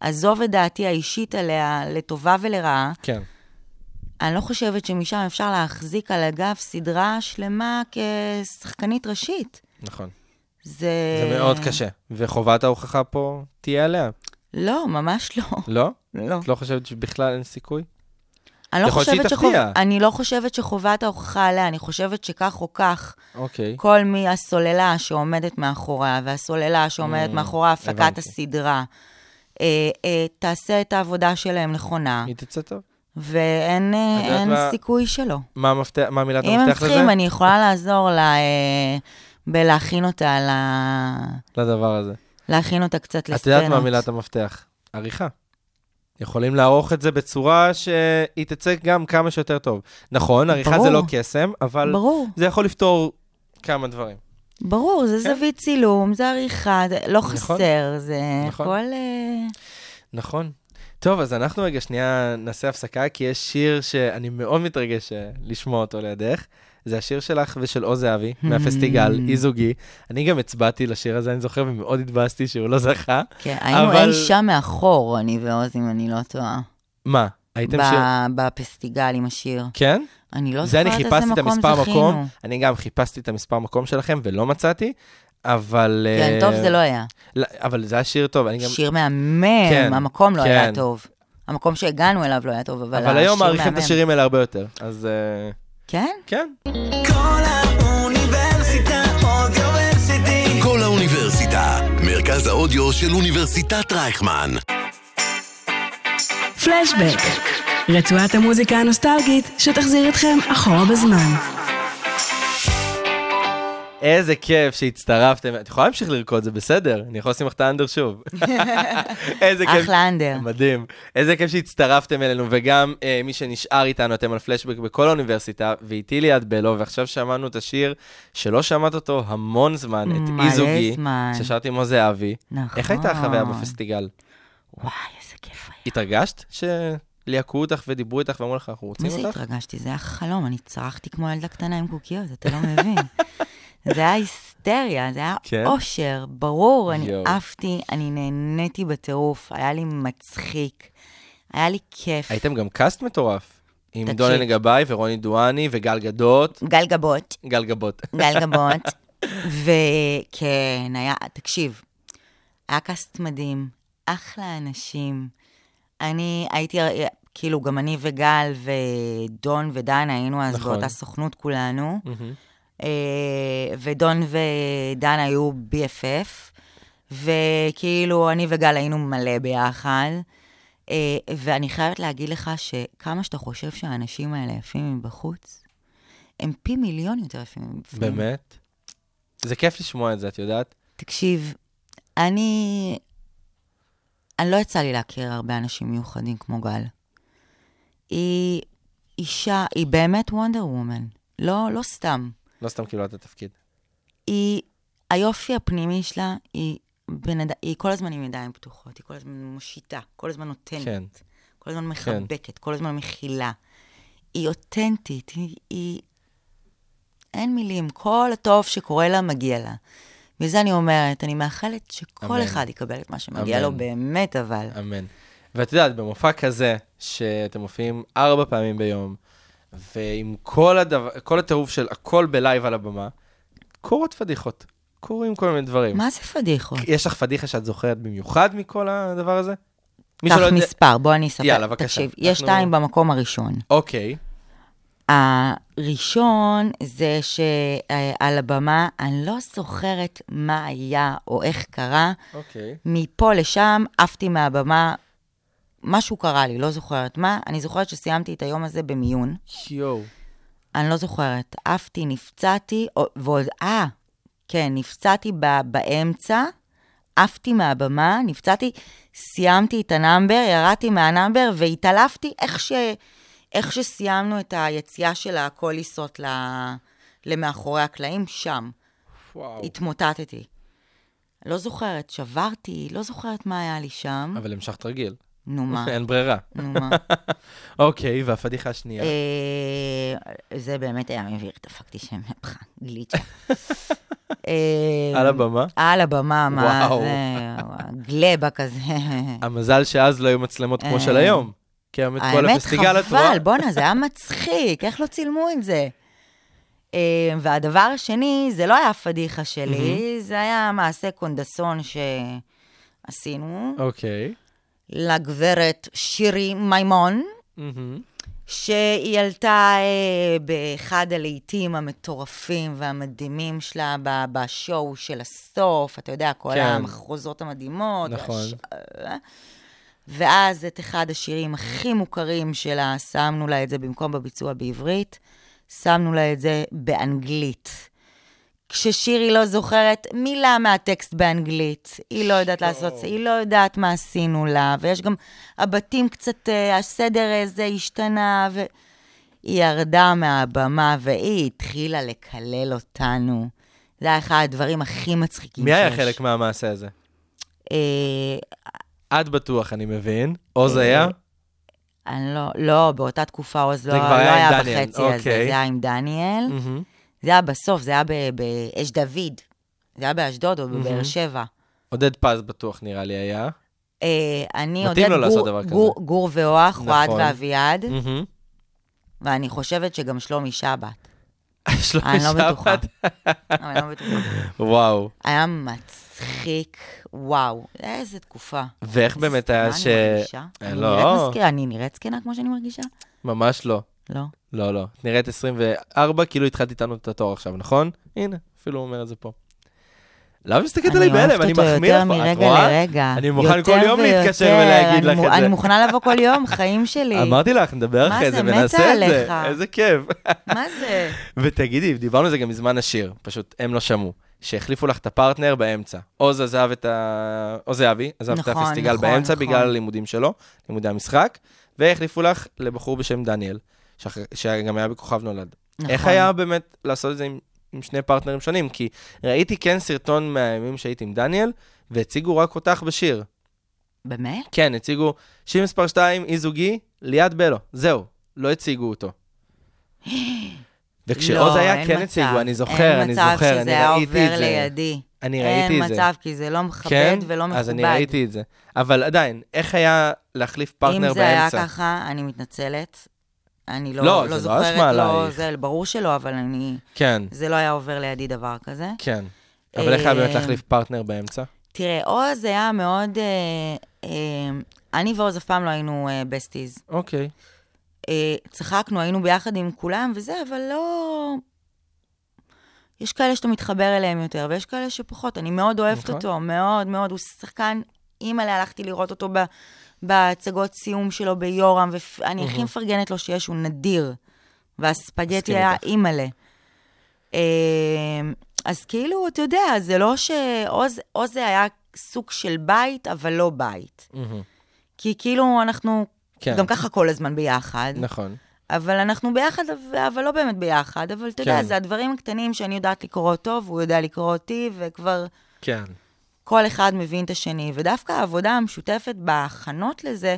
C: עזוב את דעתי האישית עליה, לטובה ולרעה,
B: כן,
C: אני לא חושבת שמשם אפשר להחזיק על הגב סדרה שלמה כשחקנית ראשית.
B: נכון.
C: זה...
B: זה מאוד קשה. וחובת ההוכחה פה תהיה עליה.
C: לא, ממש לא.
B: לא?
C: לא.
B: את לא חושבת שבכלל אין סיכוי?
C: אני לא,
B: יכול להיות שהיא
C: חושבת שחוב...
B: תפתיע.
C: אני לא חושבת שחובת ההוכחה עליה, אני חושבת שכך או כך,
B: אוקיי.
C: כל מי הסוללה שעומדת מאחוריה, והסוללה שעומדת
B: Mm,
C: מאחורי הפקת
B: הבנתי.
C: הסדרה, אה, אה, תעשה את העבודה שלהם נכונה,
B: היא תצא טוב.
C: ואין אה,
B: אוקיי. את יודעת
C: אין
B: מה-
C: סיכוי שלא.
B: מה המפתח- מה מילת
C: אם הם
B: המפתח לזה?
C: צריכים, אני יכולה לעזור לה אה, בלהכין אותה, ל...
B: לדבר הזה.
C: להכין אותה קצת
B: את
C: לסצנות.
B: יודעת מה מילת המפתח? עריכה. יכולים לערוך את זה בצורה שהיא תצא גם כמה שיותר טוב. נכון, עריכה זה
C: ברור.
B: לא קסם, אבל
C: ברור.
B: זה יכול לפתור כמה דברים.
C: ברור, זה
B: כן.
C: זווית צילום, זה עריכה, זה לא
B: נכון.
C: חסר, זה
B: נכון.
C: הכל... אה,
B: נכון. טוב, אז אנחנו רגע שנייה נעשה הפסקה, כי יש שיר שאני מאוד מתרגש אה, לשמוע אותו לידך. זה השיר שלך ושל עוז זהבי,
C: Hmm.
B: מהפסטיגל, אי זוגי. אני גם הצבעתי לשיר הזה, אני זוכר, ומאוד התבאסתי שהוא לא זכה.
C: כן, היינו
B: אבל-
C: אי שם מאחור, אני ועוז, אם אני לא טועה.
B: מה, הייתם שיר...
C: ב- בפסטיגל עם השיר.
B: כן?
C: אני לא
B: זה
C: זוכרת
B: אני
C: איזה
B: חיפשתי את
C: מקום
B: המספר מקום,
C: זכינו.
B: אני גם חיפשתי את המספר מקום שלכם ולא מצאתי, אבל...
C: כן,
B: אה,
C: טוב זה לא היה.
B: לא, אבל זה היה שיר טוב, אני גם...
C: שיר
B: כן,
C: מהמם, המקום לא היה
B: כן.
C: טוב. המקום שהגענו אליו לא היה טוב, אבל השיר
B: אבל
C: מהמם.
B: היום מעריכים את השירים האלה הרבה יותר, אז אה,
C: כן?
B: כן.
A: כל האוניברסיטה, מרכז האודיו של אוניברסיטת רייכמן.
D: פלשבק, רצועת המוזיקה הנוסטלגית שתחזיר אתכם אחורה בזמן.
B: איזה כיף שהצטרפתם, את יכולה להמשיך לרקוד, זה בסדר, אני יכול לשים לך את האנדר
C: [laughs]
B: שוב. איזה כיף.
C: אחלה אנדר.
B: מדהים. איזה כיף שהצטרפתם אלינו, וגם אה, מי שנשאר איתנו, אתם על פלשבק בכל האוניברסיטה, ואיתי ליעד בלו, ועכשיו שמענו את השיר שלא שמעת אותו המון זמן, את
C: מלא
B: איזוגי,
C: זמן.
B: ששרתי עם עוזי אבי.
C: נכון.
B: איך הייתה החוויה בפסטיגל?
C: וואי, איזה כיף היה.
B: התרגשת שליהקו אותך ודיברו איתך ואמרו לך, אנחנו רוצים
C: מה זה
B: אותך?
C: התרגשתי? זה היה חלום, אני צרחתי כמו ילדה קטנה עם קוקיות, אתה לא מבין. [laughs] זה היה היסטריה, זה היה
B: כן?
C: אושר, ברור, אני
B: יואו.
C: עפתי, אני נהניתי בטירוף, היה לי מצחיק, היה לי כיף.
B: הייתם גם קאסט מטורף. עם
C: תקשיב.
B: דונן גבאי ורוני דואני וגל גדות,
C: גל גבות,
B: גל גבות.
C: גל גבות, [laughs] וכן, היה, תקשיב, היה קאסט מדהים, אחלה אנשים. אני הייתי, כאילו, גם אני וגל ודון ודנה היינו אז
B: נכון.
C: נכון. באותה סוכנות כולנו, אה, ודון ודנה היו BFF, וכאילו, אני וגל היינו מלא ביחד. אה, ואני חייבת להגיד לך שכמה שאתה חושב שהאנשים האלה יפים מבחוץ, הם פי מיליון יותר יפים מבפנים.
B: באמת? זה כיף לשמוע את זה, את יודעת?
C: תקשיב, אני... אני לא יצא לי להכיר הרבה אנשים מיוחדים כמו גל. היא אישה, היא באמת וונדר וומן. לא, לא סתם.
B: לא סתם כאילו את התפקיד.
C: היא, היופי הפנימי שלה, היא, בן אד... היא כל הזמן עם ידיים פתוחות, היא כל הזמן מושיטה, כל הזמן נותנת,
B: כן.
C: כן. כל הזמן מחבקת, כן. כל הזמן מכילה. היא אותנטית, היא, היא... אין מילים, כל הטוב שקורה לה, מגיע לה. וזה אני אומרת, אני מאחלת שכל
B: אמן.
C: אמן. אחד יקבל את מה שמגיע
B: אמן.
C: לו באמת, אבל.
B: אמן. ואת יודעת, במופע כזה, שאתם מופיעים ארבע פעמים ביום, ועם כל, הדבר, כל הטירוף של הכל בלייב על הבמה, קורות פדיחות. קורים כל מיני דברים.
C: מה זה פדיחות?
B: יש לך פדיחה שאת זוכרת במיוחד מכל הדבר הזה? מי
C: קח
B: שלא יודע-
C: מספר, בוא אני אספר.
B: יאללה, בבקשה.
C: תקשיב,
B: אנחנו-
C: יש שתיים במקום הראשון.
B: אוקיי,
C: הראשון זה שעל הבמה, אני לא זוכרת מה היה או איך קרה.
B: אוקיי.
C: מפה לשם עפתי מהבמה, משהו קרה לי, לא זוכרת מה. אני זוכרת שסיימתי את היום הזה במיון.
B: יואו.
C: אני לא זוכרת. עפתי, נפצעתי, או- ועוד... אה, כן, נפצעתי ב, באמצע, עפתי מהבמה, נפצעתי, סיימתי את הנאמבר, ירדתי מהנאמבר והתעלפתי איך, ש, איך שסיימנו את היציאה של הקוליסות ל, למאחורי הקלעים, שם.
B: וואו.
C: התמוטטתי. לא זוכרת, שברתי, לא זוכרת מה היה לי שם.
B: אבל המשכת רגיל.
C: נו מה,
B: אין ברירה.
C: נו מה.
B: אוקיי, והפדיחה השנייה.
C: אה, זה באמת היה מביך, דפקתי שם מהפכה, גליצ'ה.
B: [laughs]
C: אה,
B: על הבמה.
C: על הבמה, מה
B: וואו.
C: זה, גלבה כזה.
B: המזל שאז לא היו מצלמות כמו
C: אה.
B: של היום. כי היום [laughs] את כל
C: האמת,
B: הפסטיגל את רואה.
C: חבל, בואנה, זה היה מצחיק, איך לא צילמו את זה? אה, והדבר השני, זה לא היה הפדיחה שלי, זה היה מעשה קונדסון שעשינו
B: אוקיי.
C: לגברת שירי מימון.
B: מהמם.
C: שהיא עלתה אה, באחד הלהיטים המטורפים והמדהימים שלה ב- בשואו של הסוף, אתה יודע, כל
B: כן.
C: כן. המחרוזות המדהימות.
B: נכון.
C: הש... אה. ואז את אחד השירים הכי מוכרים שלה, שמנו לה את זה במקום בביצוע בעברית, שמנו לה את זה באנגלית. כששירי לא זוכרת מילה מהטקסט באנגלית. היא לא יודעת לעשות, היא לא יודעת מה עשינו לה, ויש גם הבתים קצת, אה, הסדר הזה השתנה, ו... היא ירדה מהבמה והיא התחילה לקלל אותנו. זה היה אחד הדברים הכי מצחיקים
B: מי היה
C: שיש.
B: חלק מהמעשה הזה?
C: אה,
B: את בטוח, אני מבין. עוז היה?
C: אני לא, לא, באותה תקופה עוז לא,
B: כבר
C: לא
B: היה עם
C: היה
B: דניאל,
C: בחצי הזה, זה
B: אוקיי. Mm.
C: היה עם דניאל.
B: מהמם.
C: זה היה בסוף, זה היה ב- באש דוד. זה היה באשדוד או בבאר
B: Mm-hmm.
C: שבע.
B: עודד פז בטוח נראה לי היה.
C: אה,
B: מתאים
C: אני עודד
B: לו לעשות
C: גור,
B: דבר כזה.
C: גור, גור ואוח,
B: נכון.
C: אוהד ואביעד,
B: מהמם.
C: ואני חושבת שגם שלומי
B: [laughs]
C: שבת.
B: שלומי
C: אני לא
B: שבת.
C: בטוחה. אבל אני לא בטוחה.
B: וואו.
C: היה מצחיק, וואו, איזה תקופה.
B: ואיך
C: איזה
B: באמת היה
C: זקנה
B: ש...
C: אני מרגישה?
B: אה,
C: אני נראית
B: לא,
C: מזכירה, אני נראית זקנה כמו שאני מרגישה?
B: ממש לא.
C: לא.
B: לא, לא. את נראית 24, כאילו התחלת איתנו את התואר עכשיו, נכון? הנה, אפילו הוא אומר את זה פה. למה מסתכלת עליי בהלם? אני מחמיא לך, את
C: אני אוהבת אותו יותר
B: רואה?
C: מרגע לרגע.
B: אני מוכן
C: יותר
B: כל יום
C: ויותר,
B: להתקשר ולהגיד
C: אני
B: לך
C: מו-
B: את זה.
C: אני מוכנה לבוא כל יום,
B: [laughs]
C: חיים שלי.
B: אמרתי לך, נדבר
C: מה
B: אחרי
C: זה,
B: זה
C: מתה
B: ונעשה את זה.
C: עליך.
B: איזה כיף.
C: מה זה?
B: ותגידי, דיברנו על זה גם מזמן השיר, פשוט הם לא שמעו, שהחליפו לך את הפרטנר באמצע. עוז עזב את ה... עוז זהבי, עזב את
C: נכון,
B: הפסטיגל
C: נכון,
B: באמצע
C: נכון.
B: בגלל הלימודים שלו, לימודי המשחק, והחליפו לך לבחור בשם דניאל, שאח- שגם היה בכוכב נולד.
C: נכון.
B: איך היה באמת לעשות את זה עם, עם שני פרטנרים שונים? כי ראיתי כן סרטון מהימים שהייתי עם דניאל, והציגו רק אותך בשיר.
C: באמת?
B: כן, הציגו שיר מספר 2, אי זוגי, ליאת בלו. זהו, לא הציגו אותו. וכשעוז
C: לא,
B: היה
C: אין
B: כן
C: מצב.
B: הציגו, אני זוכר, אני
C: אין מצב
B: זוכר, אני
C: שזה היה
B: ראיתי
C: עובר
B: את זה.
C: לידי.
B: אני ראיתי
C: אין
B: את זה.
C: מצב, כי זה לא מכבד
B: כן?
C: ולא מכובד.
B: אז אני ראיתי את זה. אבל עדיין, איך היה להחליף פרטנר
C: אם זה היה
B: באמצע?
C: ככה, אני מתנצלת. אני לא,
B: לא,
C: לא,
B: זה לא
C: זוכרת,
B: אשמה
C: לא,
B: עלייך.
C: זה ברור שלא, אבל אני,
B: כן,
C: זה לא היה עובר לידי דבר כזה.
B: כן. אבל איך היה באמת
C: אה,
B: להחליף פרטנר באמצע?
C: תראה, עוז היה מאוד... אה, אה, אני ועוז אף פעם לא היינו בסטיז.
B: אוקיי.
C: אה, צחקנו, היינו ביחד עם כולם וזה, אבל לא... יש כאלה שאתה מתחבר אליהם יותר, ויש כאלה שפחות. אני מאוד אוהבת
B: נכון.
C: אותו, מאוד מאוד. הוא שחקן, אימא'לה, הלכתי לראות אותו ב- בהצגות סיום שלו ביורם, ואני הכי מפרגנת לו שיש, הוא נדיר. והספגטי
B: מסכים
C: היה
B: איתך.
C: אימא'לה. אה, אז כאילו, אתה יודע, זה לא ש... עוז עוז זה היה סוג של בית, אבל לא בית.
B: מהמם.
C: כי כאילו, אנחנו
B: כן.
C: גם ככה כל הזמן ביחד.
B: נכון.
C: אבל אנחנו ביחד, אבל- אבל לא באמת ביחד. אבל אתה יודע,
B: כן.
C: זה הדברים הקטנים שאני יודעת לקרוא אותו, והוא יודע לקרוא אותי, וכבר
B: כן.
C: כל אחד מבין את השני. ודווקא העבודה המשותפת בהכנות לזה,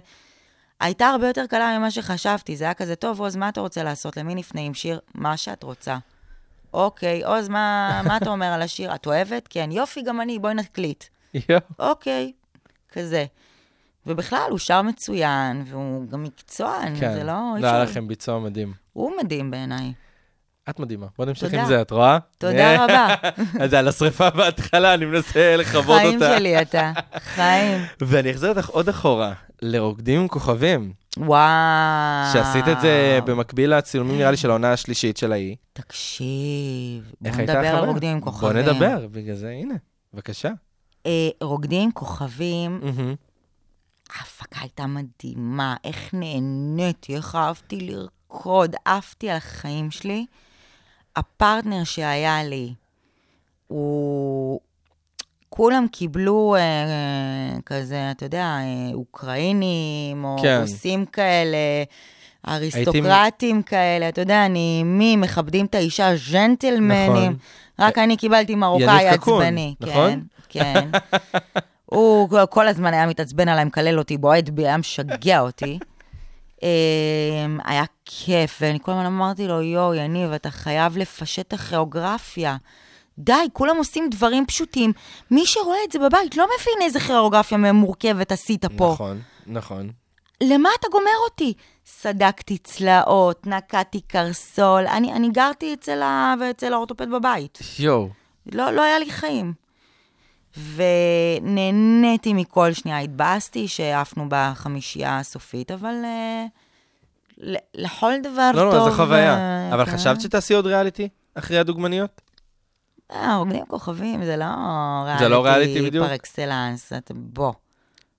C: הייתה הרבה יותר קלה ממה שחשבתי. זה היה כזה, טוב, עוז, מה אתה רוצה לעשות? למי נפנה עם שיר? מה שאת רוצה. אוקיי, עוז, מה, מה אתה אומר על השיר? את אוהבת? כן, יופי, גם אני, בואי נקליט.
B: יואו.
C: אוקיי, כזה. ובכלל, הוא שר מצוין, והוא גם מקצוען,
B: כן.
C: זה לא... אי
B: לא היה
C: אפשר-
B: לכם ביצוע מדהים.
C: הוא
B: [laughs]
C: מדהים בעיניי.
B: את מדהימה. בוא נמשיך
C: תודה.
B: עם זה, את רואה? אה,
C: תודה רבה.
B: אז על השריפה בהתחלה, אני מנסה לכבות אותה.
C: חיים שלי אתה, חיים.
B: ואני אחזיר אותך עוד אחורה, לרוקדים עם כוכבים, [laughs]
C: וואו.
B: שעשית את זה במקביל לצילומים, נראה לי, של העונה השלישית של האי.
C: תקשיב, בוא
B: איך הייתה החוויה?
C: נדבר על רוקדים עם כוכבים.
B: בוא נדבר, בגלל זה, הנה, בבקשה.
C: אה, רוקדים עם כוכבים,
B: מהמם.
C: ההפקה הייתה מדהימה, איך נהניתי, איך אהבתי לרקוד, עפתי על החיים שלי. הפרטנר שהיה לי, הוא... כולם קיבלו אה, אה, כזה, אתה יודע, אה, אוקראינים, או
B: כן.
C: כן. רוסים כאלה, אריסטוקרטים כאלה, אתה יודע, נעימים, מכבדים את האישה, ז'נטלמנים.
B: נכון.
C: נכון. רק אני קיבלתי מרוקאי
B: יניב קקון,
C: עצבני.
B: נכון?
C: כן, [laughs] כן. הוא כל הזמן היה מתעצבן עליי, מקלל אותי, בועט בי, היה משגע אותי. [laughs] אמ, היה כיף, ואני כל הזמן אמרתי לו, יואו, יניב, אתה חייב לפשט את הכיאוגרפיה. די, כולם עושים דברים פשוטים. מי שרואה את זה בבית לא מבין איזה כיאוגרפיה מורכבת עשית פה.
B: נכון, נכון.
C: למה אתה גומר אותי? סדקתי צלעות, נקעתי קרסול, אני, אני גרתי אצל, ה... אצל האורתופד בבית.
B: יואו.
C: לא, לא היה לי חיים. ונהניתי מכל שנייה, התבאסתי שעפנו בחמישייה הסופית, אבל אה, ל- לכל דבר
B: לא,
C: טוב.
B: לא, זו חוויה.
C: אה,
B: אבל
C: כן.
B: חשבת שתעשי עוד ריאליטי? אחרי הדוגמניות?
C: אה, רוקדים כוכבים, זה לא ריאליטי,
B: זה לא ריאליטי בדיוק.
C: פר אקסלנס, אתה בוא.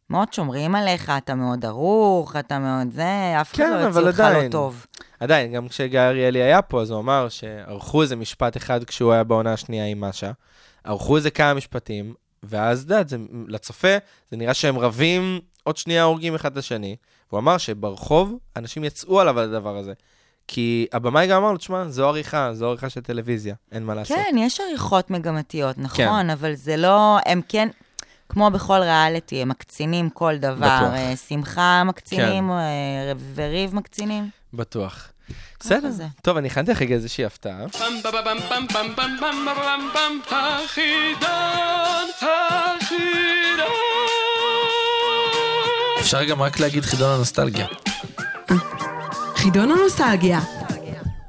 C: מאוד שומרים עליך, אתה מאוד ערוך, אתה מאוד זה, אף אחד
B: כן,
C: לא יוציא
B: אבל
C: אותך לא
B: עדיין.
C: טוב.
B: עדיין, גם כשגיא אריאלי היה פה, אז הוא אמר שערכו איזה משפט אחד כשהוא היה בעונה השנייה עם משה. ערכו איזה כמה משפטים, ואז, את יודעת, זה- לצופה, זה נראה שהם רבים, עוד שנייה הורגים אחד את השני. והוא אמר שברחוב, אנשים יצאו עליו על הדבר הזה. כי הבמאי גם אמר לו, תשמע, זו עריכה, זו עריכה של טלוויזיה, אין מה לעשות.
C: כן, יש עריכות מגמתיות, נכון, כן. אבל זה לא, הם כן, כמו בכל ריאליטי, הם מקצינים כל דבר.
B: בטוח. כן.
C: אה, שמחה מקצינים, אה, וריב מקצינים.
B: בטוח. בסדר.
C: זה.
B: טוב, אני הכנתי לך רגע איזושהי הפתעה.
E: Bam bam bam bam bam bam bam bam bam bam החידון, החידון
B: אפשר גם רק להגיד חידון הנוסטלגיה.
D: חידון הנוסטלגיה,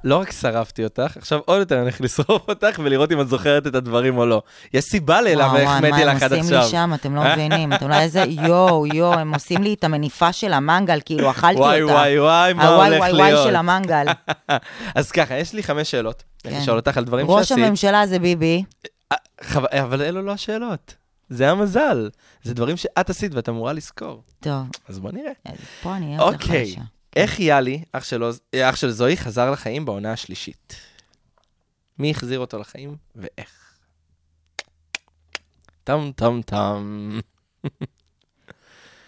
B: לא רק שרפתי אותך, עכשיו עוד יותר אני הולך לשרוף אותך ולראות אם את זוכרת את הדברים או לא. יש סיבה ללמה
C: וואו, וואו,
B: החמאתי לך עד
C: מה הם עושים
B: עכשיו.
C: לי
B: אה?
C: שם, אתם לא מבינים, אתם לא איזה, יואו, יואו, הם עושים לי את המניפה של המנגל, כאילו אכלתי אותה.
B: וואי, וואי, וואי, מה הולך
C: הוואי וואי וואי
B: להיות? [laughs]
C: של המנגל.
B: אז ככה, יש לי חמש שאלות. אני
C: כן.
B: אשאל אותך על דברים
C: ראש
B: שעשית.
C: הממשלה זה ביבי.
B: חב- אבל אלו לא השאלות. זה המזל. זה דברים שאת עשית ואת אמורה לזכור.
C: טוב, אה,
B: אז בוא נראה.
C: פה אני אהיה יותר
B: אוקיי,
C: חדשה.
B: איך יאלי, אח של עוז- אה, אח של זוהי, חזר לחיים בעונה השלישית? מי החזיר אותו לחיים ואיך? טם טם טם.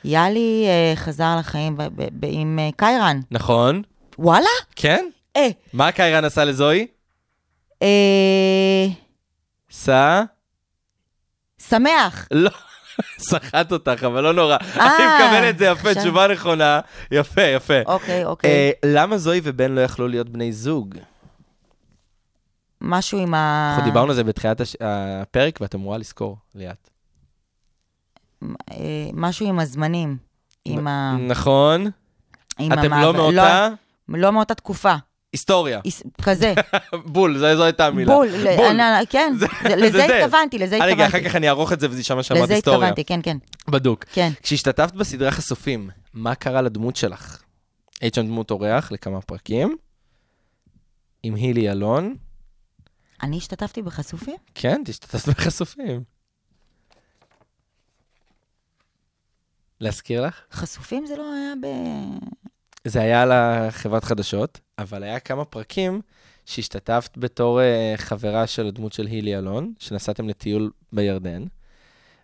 C: יאלי אה, חזר לחיים ב- ב- ב- עם אה, קיירן.
B: נכון?
C: וואלה?
B: כן?
C: אה,
B: מה קיירן עשה לזוהי?
C: אה,
B: ס...
C: שמח.
B: לא. [laughs] סחט אותך, אבל לא נורא.
C: אה,
B: אני מקבל את זה יפה,
C: עכשיו-
B: תשובה נכונה. יפה, יפה.
C: אוקיי, אוקיי.
B: אה, למה זוהי ובן לא יכלו להיות בני זוג?
C: משהו עם ה...
B: אנחנו דיברנו על זה בתחילת הש- הפרק, ואת אמורה לזכור, ליאת.
C: אה, משהו עם הזמנים. עם ה...
B: נכון?
C: עם
B: אתם
C: המעבר-
B: לא מאותה?
C: לא מאותה תקופה.
B: היסטוריה.
C: איס- כזה,
B: בול, זו זו הייתה [laughs] המילה.
C: בול, ל- אני- אני- כן,
B: זה-
C: זה-
B: זה
C: לזה
B: זה.
C: התכוונתי, לזה
B: אה, רגע, אחר
C: התכוונתי.
B: כך אני אערוך את זה וזה יישמע שאמרת
C: לזה
B: היסטוריה.
C: התכוונתי, כן, כן,
B: בדוק.
C: כן.
B: כשהשתתפת בסדרה חשופים, מה קרה לדמות שלך? היית שם דמות אורח לכמה פרקים, עם הילי אלון.
C: אני השתתפתי בחשופים?
B: כן, תשתתפת בחשופים. להזכיר לך?
C: חשופים זה לא היה ב...
B: זה היה על החברת חדשות, אבל היה כמה פרקים שהשתתפת בתור אה, חברה של הדמות של הילי אלון, שנסעתם לטיול בירדן,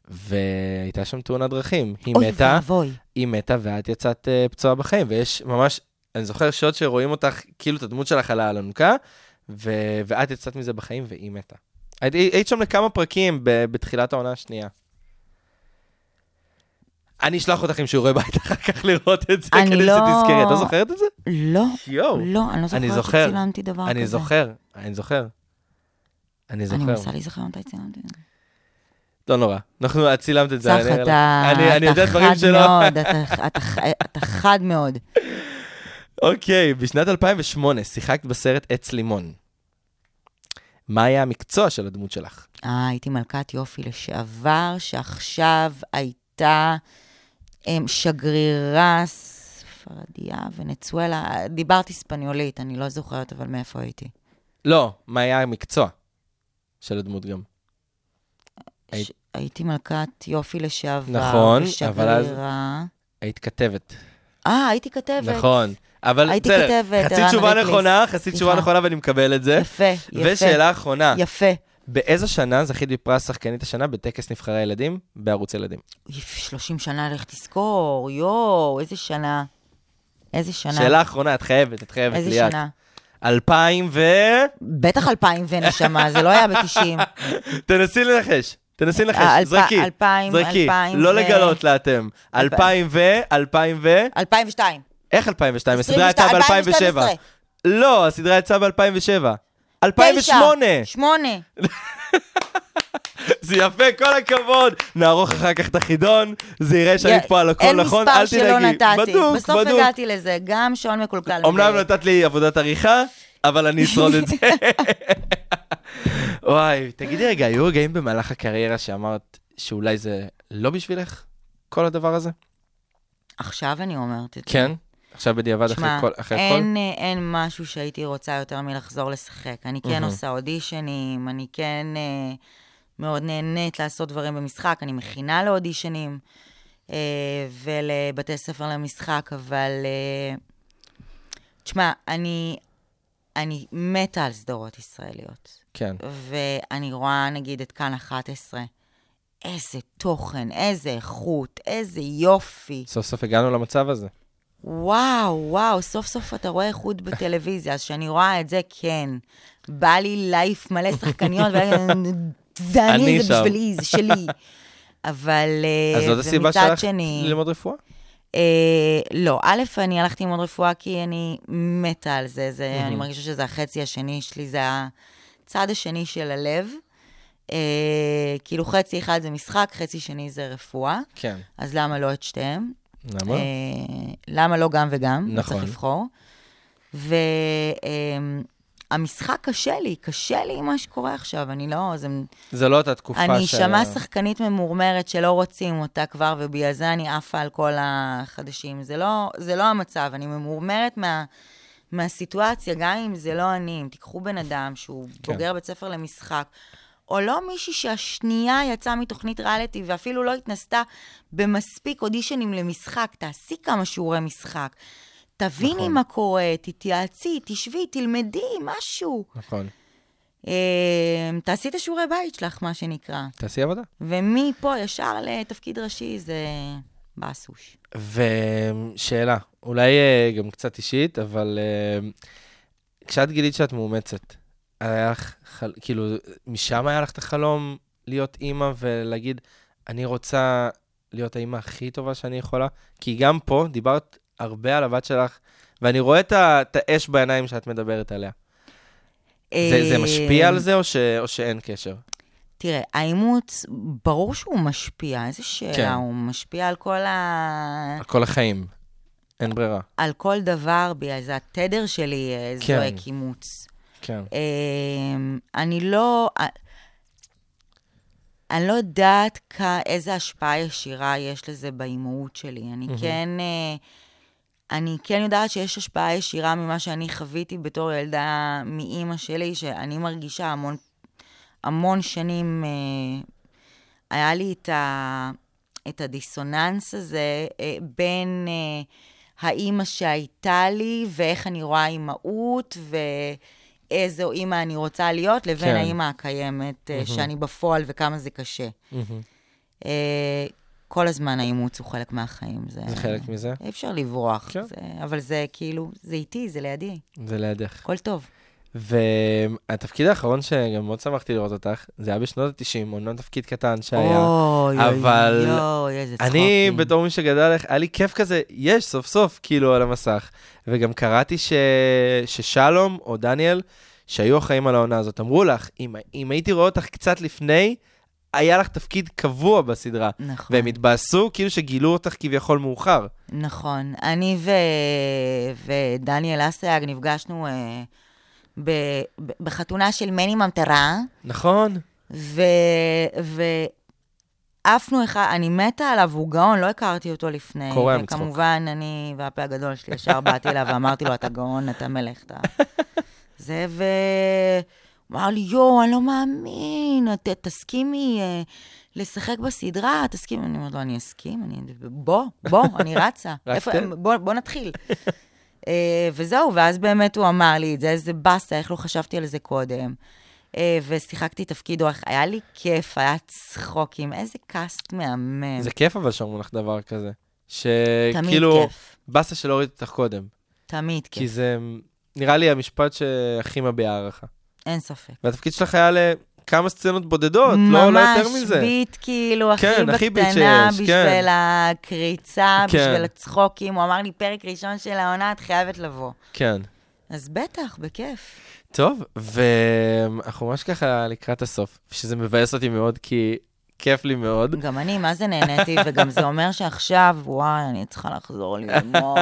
B: והייתה שם תאונת דרכים. היא
C: אוי
B: מתה,
C: ואבוי.
B: היא מתה ואת יצאת אה, פצועה בחיים, ויש ממש, אני זוכר שעות שרואים אותך, כאילו את הדמות שלך על האלונקה, ו- ואת יצאת מזה בחיים והיא מתה. היית, היית שם לכמה פרקים ב- בתחילת העונה השנייה. אני אשלח אותך עם שיעורי בית אחר כך לראות את זה,
C: אני
B: כדי
C: לא-
B: שתזכרי. את לא זוכרת את זה?
C: לא,
B: יואו.
C: לא, אני לא
B: אני
C: זוכרת
B: זוכר.
C: שצילמתי דבר כזה.
B: אני זוכר, אני זוכר. אני
C: אני
B: זוכר.
C: מנסה להיזכר מתי צילמתי.
B: לא נורא. אנחנו, את צילמת את זה.
C: צח,
B: אני אראה לך.
C: אתה
B: אני- אני
C: אה, אתה
B: יודע דברים
C: חד
B: שלא...
C: מאוד, אתה- אתה ח- אתה חד מאוד.
B: אוקיי, בשנת 2008 שיחקת בסרט עץ לימון. מה היה המקצוע של הדמות שלך?
C: אה, הייתי מלכת יופי לשעבר, שעכשיו הייתה אמ, שגרירה ספרדיה, ונצואלה. דיברתי ספניולית, אני לא זוכרת אבל מאיפה הייתי.
B: לא, מה היה המקצוע של הדמות גם? הי-
C: ש- הייתי מלכת יופי לשעבר,
B: נכון, אבל אז-
C: ושגרירה.
B: היית כתבת.
C: אה, הייתי כתבת.
B: נכון. אבל
C: הייתי
B: בסדר,
C: כתבת,
B: חצי
C: ערן
B: תשובה
C: ריקליס.
B: נכונה, חצי תשובה
C: סליחה.
B: נכונה ואני מקבל את זה.
C: יפה, יפה.
B: ושאלה אחרונה,
C: יפה.
B: באיזו שנה זכית בפרס שחקנית השנה בטקס נבחרי הילדים בערוץ ילדים?
C: אוי, 30 שנה, לך תזכור, יואו, איזה שנה. איזה שנה.
B: שאלה אחרונה, את חייבת, את חייבת,
C: איזה
B: ליאת.
C: שנה.
B: 2000 ו...
C: בטח 2000 ונשמה, זה לא
B: [laughs]
C: היה ב-90.
B: תנסי לנחש, תנסי
C: אה,
B: לנחש,
C: אלפ-
B: זרקי,
C: אלפיים,
B: זרקי,
C: אלפיים
B: לא
C: ו-
B: לגלות לה אתם. אלפיים ו... אלפיים ו...
C: 2002.
B: איך 2002? הסדרה יצאה
C: 22,
B: ב-2007.
C: 2012.
B: לא, הסדרה יצאה ב-2007. 2008!
C: 8.
B: זה יפה, כל הכבוד. נערוך אחר כך את החידון, זה יראה שאני פה על הכל נכון, אל תדאגי.
C: אין מספר שלא נתתי.
B: בדוק,
C: בסוף
B: בדוק.
C: הגעתי לזה, גם שעון מקולקל.
B: אומנם
C: מדייק.
B: נתת לי עבודת עריכה, אבל אני אשרוד
C: [laughs]
B: את זה. וואי, תגידי רגע, היו רגעים במהלך הקריירה שאמרת שאולי זה לא בשבילך, כל הדבר הזה?
C: עכשיו אני אומרת את זה.
B: כן? עכשיו בדיעבד אחרי
C: שמע,
B: כל... אחרי הכל?
C: אין, אה, אין משהו שהייתי רוצה יותר מלחזור לשחק. אני כן
B: מהמם.
C: עושה אודישנים, אני כן אה, מאוד נהנית לעשות דברים במשחק, אני מכינה לאודישנים אה, ולבתי ספר למשחק, אבל... אה, תשמע, אני, אני מתה על סדרות ישראליות.
B: כן.
C: ואני רואה נגיד את כאן 11. איזה תוכן, איזה איכות, איזה יופי.
B: סוף סוף הגענו למצב הזה.
C: אה, וואו, וואו, סוף סוף אתה רואה איכות בטלוויזיה, אז כשאני רואה את זה, כן. בא לי לייף מלא שחקניות, ואני- זה
B: אני
C: אני, זה
B: שם.
C: בשבילי, זה שלי. אבל אה,
B: אז זאת הסיבה
C: ומצד
B: שלך
C: שני-
B: ללמוד רפואה?
C: אה, לא, א', אני הלכתי ללמוד רפואה כי אני מתה על זה, זה אני מרגישה שזה החצי השני שלי, זה הצד השני של הלב. אה, כאילו חצי אחד זה משחק, חצי שני זה רפואה,
B: כן.
C: אז למה לא את שתיהם?
B: למה?
C: אה, למה לא גם וגם?
B: נכון.
C: נכון. צריך לבחור. והמשחק קשה לי, קשה לי עם מה שקורה עכשיו, אני לא... זה...
B: זה לא אותה תקופה
C: אני
B: ש-
C: אשמע שחקנית ממורמרת שלא רוצים אותה כבר, ובגלל זה אני עפה על כל החדשים. זה לא, זה לא המצב, אני ממורמרת מה, מהסיטואציה, גם אם זה לא אני. אם תיקחו בן אדם שהוא
B: כן.
C: כן. בוגר בית ספר למשחק, או לא מישהי שהשנייה יצאה מתוכנית ריאליטי ואפילו לא התנסתה במספיק אודישנים למשחק, תעשי כמה שיעורי משחק. תביני
B: נכון.
C: נכון. מה קורה, תתייעצי, תשבי, תלמדי, משהו.
B: נכון.
C: אה, תעשי את השיעורי בית שלך, מה שנקרא.
B: תעשי עבודה.
C: ומפה ישר לתפקיד ראשי זה בסוש.
B: ושאלה, אולי אה, גם קצת אישית, אבל אה, כשאת גילית שאת מאומצת, היה לך, חל... כאילו, משם היה לך את החלום להיות אימא ולהגיד, אני רוצה להיות האימא הכי טובה שאני יכולה? כי גם פה דיברת הרבה על הבת שלך, ואני רואה את, ה... את האש בעיניים שאת מדברת עליה. זה, זה משפיע על זה או, ש... או שאין קשר?
C: אה, תראה, האימוץ, ברור שהוא משפיע, איזה שאלה,
B: כן.
C: הוא משפיע על כל ה...
B: על כל החיים. אין ברירה.
C: על כל דבר בי, אז התדר שלי אה,
B: כן.
C: זועק אימוץ.
B: כן.
C: אמ, אני לא... אני לא יודעת כ- איזה השפעה ישירה יש לזה באימהות שלי. אני כן... אה, אני כן יודעת שיש השפעה ישירה ממה שאני חוויתי בתור ילדה מאימא שלי, שאני מרגישה המון, המון שנים... אה, היה לי את, ה, את הדיסוננס הזה אה, בין אה, האימא שהייתה לי ואיך אני רואה אימהות ואיזו אימא אני רוצה להיות, לבין
B: כן.
C: כן. האימא הקיימת אה, שאני בפועל וכמה זה קשה. אה, כל הזמן האימוץ הוא חלק מהחיים. זה,
B: זה חלק מזה?
C: אי אפשר לברוח,
B: כן.
C: כן. זה, אבל זה כאילו, זה איתי, זה לידי,
B: זה לידך.
C: הכל טוב.
B: והתפקיד האחרון שגם מאוד שמחתי לראות אותך, זה היה בשנות ה-90, אומנם תפקיד קטן שהיה.
C: אוי, אוי,
B: אבל
C: אוי, איזה צחוקים.
B: אני, בתור מי שגדל עליך, היה לי כיף כזה, יש סוף סוף, כאילו, על המסך. וגם קראתי ש... ששלום או דניאל, שהיו אחראים על העונה הזאת, אמרו לך, אם, אם הייתי רואה אותך קצת לפני, היה לך תפקיד קבוע בסדרה.
C: נכון.
B: והם התבאסו כאילו שגילו אותך כביכול מאוחר.
C: נכון. אני ו... ודניאל אסייג נפגשנו אה, ב... ב... בחתונה של מני ממטרה,
B: נכון.
C: ו... ועפנו אחד, אני מתה עליו, הוא גאון, לא הכרתי אותו לפני.
B: קורע מצחוק.
C: וכמובן, אני והפה הגדול שלי ישר באתי אליו ואמרתי לו, אתה גאון, אתה מלך, אתה...
B: [laughs]
C: זה, ו... הוא אמר לי, יואו, אני לא מאמין, ת, תסכימי אה, לשחק בסדרה, תסכימי. אני אומרת לו, אני אסכים, אני... בוא, בוא, אני רצה.
B: [laughs] רק כן?
C: איפה,
B: תן.
C: בוא, בוא נתחיל. אה, וזהו, ואז באמת הוא אמר לי את זה, איזה באסה, איך לא חשבתי על זה קודם. אה, ושיחקתי תפקיד אורך, היה לי כיף, היה צחוקים, איזה קאסט מהמם.
B: זה כאילו-
C: זה
B: כיף אבל שאמרו לך דבר כזה.
C: תמיד
B: שכאילו,
C: כיף,
B: באסה שלא הוריד אותך קודם.
C: תמיד כיף,
B: כי זה נראה לי המשפט שהכי מביע הערכה.
C: אין ספק.
B: והתפקיד שלך היה לכמה סצנות בודדות, לא לא יותר מזה.
C: ממש ביט, כאילו, הכי
B: כן, הכי ביט
C: בקטנה,
B: שיש,
C: בשביל
B: כן.
C: הקריצה,
B: כן.
C: בשביל הצחוקים. הוא אמר לי, פרק ראשון של העונה, את חייבת לבוא.
B: כן.
C: אז בטח, בכיף.
B: טוב, ואנחנו ממש ככה לקראת הסוף, שזה מבאס אותי מאוד, כי כיף לי מאוד.
C: גם אני, מה זה נהניתי, וגם זה אומר שעכשיו, וואי, אני צריכה לחזור ללמוד.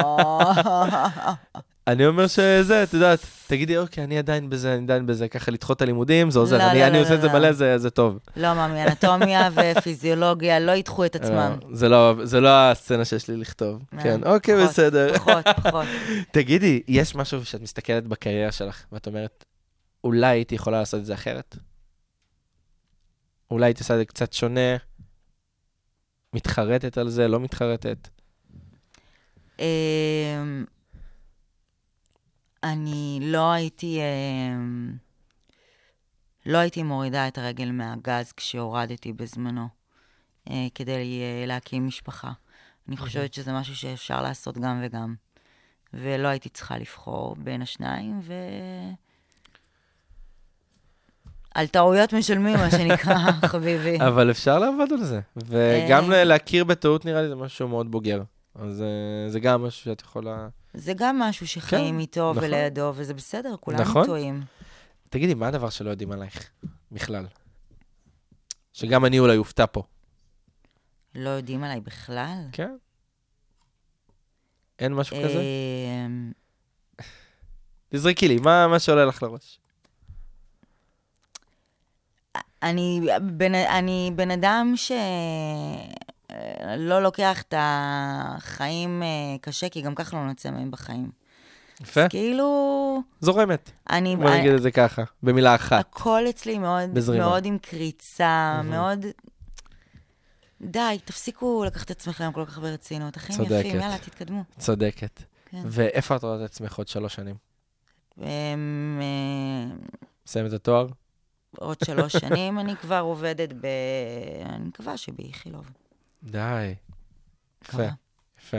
B: אני אומר שזה, את יודעת, תגידי, אוקיי, אני עדיין בזה, אני עדיין בזה, ככה לדחות את הלימודים, זה עוזר.
C: לא,
B: אני-
C: לא,
B: אני
C: לא,
B: עושה את זה
C: לא.
B: מלא, זה זה טוב.
C: לא, מאמי, אנטומיה ופיזיולוגיה לא ידחו את עצמם.
B: לא, זה לא, זה לא הסצנה שיש לי לכתוב. כן,
C: אה,
B: אוקיי,
C: פחות,
B: בסדר.
C: פחות, פחות.
B: תגידי, יש משהו שאת מסתכלת בקריירה שלך, ואת אומרת, אולי הייתי יכולה לעשות את זה אחרת? אולי הייתי עושה את זה קצת שונה? מתחרטת על זה, לא מתחרטת?
C: אמ, אני לא הייתי... אמ, לא הייתי מורידה את הרגל מהגז כשהורדתי בזמנו, אה, כדי אה, להקים משפחה.
B: אוקיי.
C: אני חושבת שזה משהו שאפשר לעשות גם וגם. ולא הייתי צריכה לבחור בין השניים, ו... על טעויות משלמים, מה
B: [laughs]
C: שנקרא, חביבי.
B: אבל אפשר לעבוד על זה. וגם להכיר בטעות, נראה לי, זה משהו מאוד בוגר. אז אה, זה גם משהו שאת יכולה...
C: זה גם משהו שחיים
B: כן,
C: איתו
B: נכון.
C: ולידו, וזה בסדר, כולנו
B: נכון.
C: טועים.
B: תגידי, מה הדבר שלא יודעים עלייך בכלל? שגם אני אולי אופתע פה.
C: לא יודעים עליי בכלל.
B: כן. אין
C: אה.
B: משהו כזה?
C: אמ,
B: תזרקי לי, מה מה שעולה לך לראש?
C: אני בן, אני בן אדם שלא לוקח את החיים אה, קשה, כי גם ככה לא נצא מהם בחיים.
B: יפה.
C: כאילו,
B: זורמת.
C: אני...
B: בוא נגיד את זה ככה, במילה אחת.
C: הכל אצלי מאוד,
B: בזרימה.
C: מאוד עם קריצה, מאוד... די, תפסיקו לקחת את עצמכם כל כך ברצינות. אחים
B: צודקת.
C: יפים, יאללה, תתקדמו.
B: צודקת.
C: כן.
B: ואיפה את רואה את עצמך עוד שלוש שנים?
C: אמ, אה,
B: מסיים את התואר?
C: עוד שלוש שנים אני כבר עובדת ב... אני מקווה שבאיכילוב.
B: די. יפה,
C: מקווה.
B: יפה.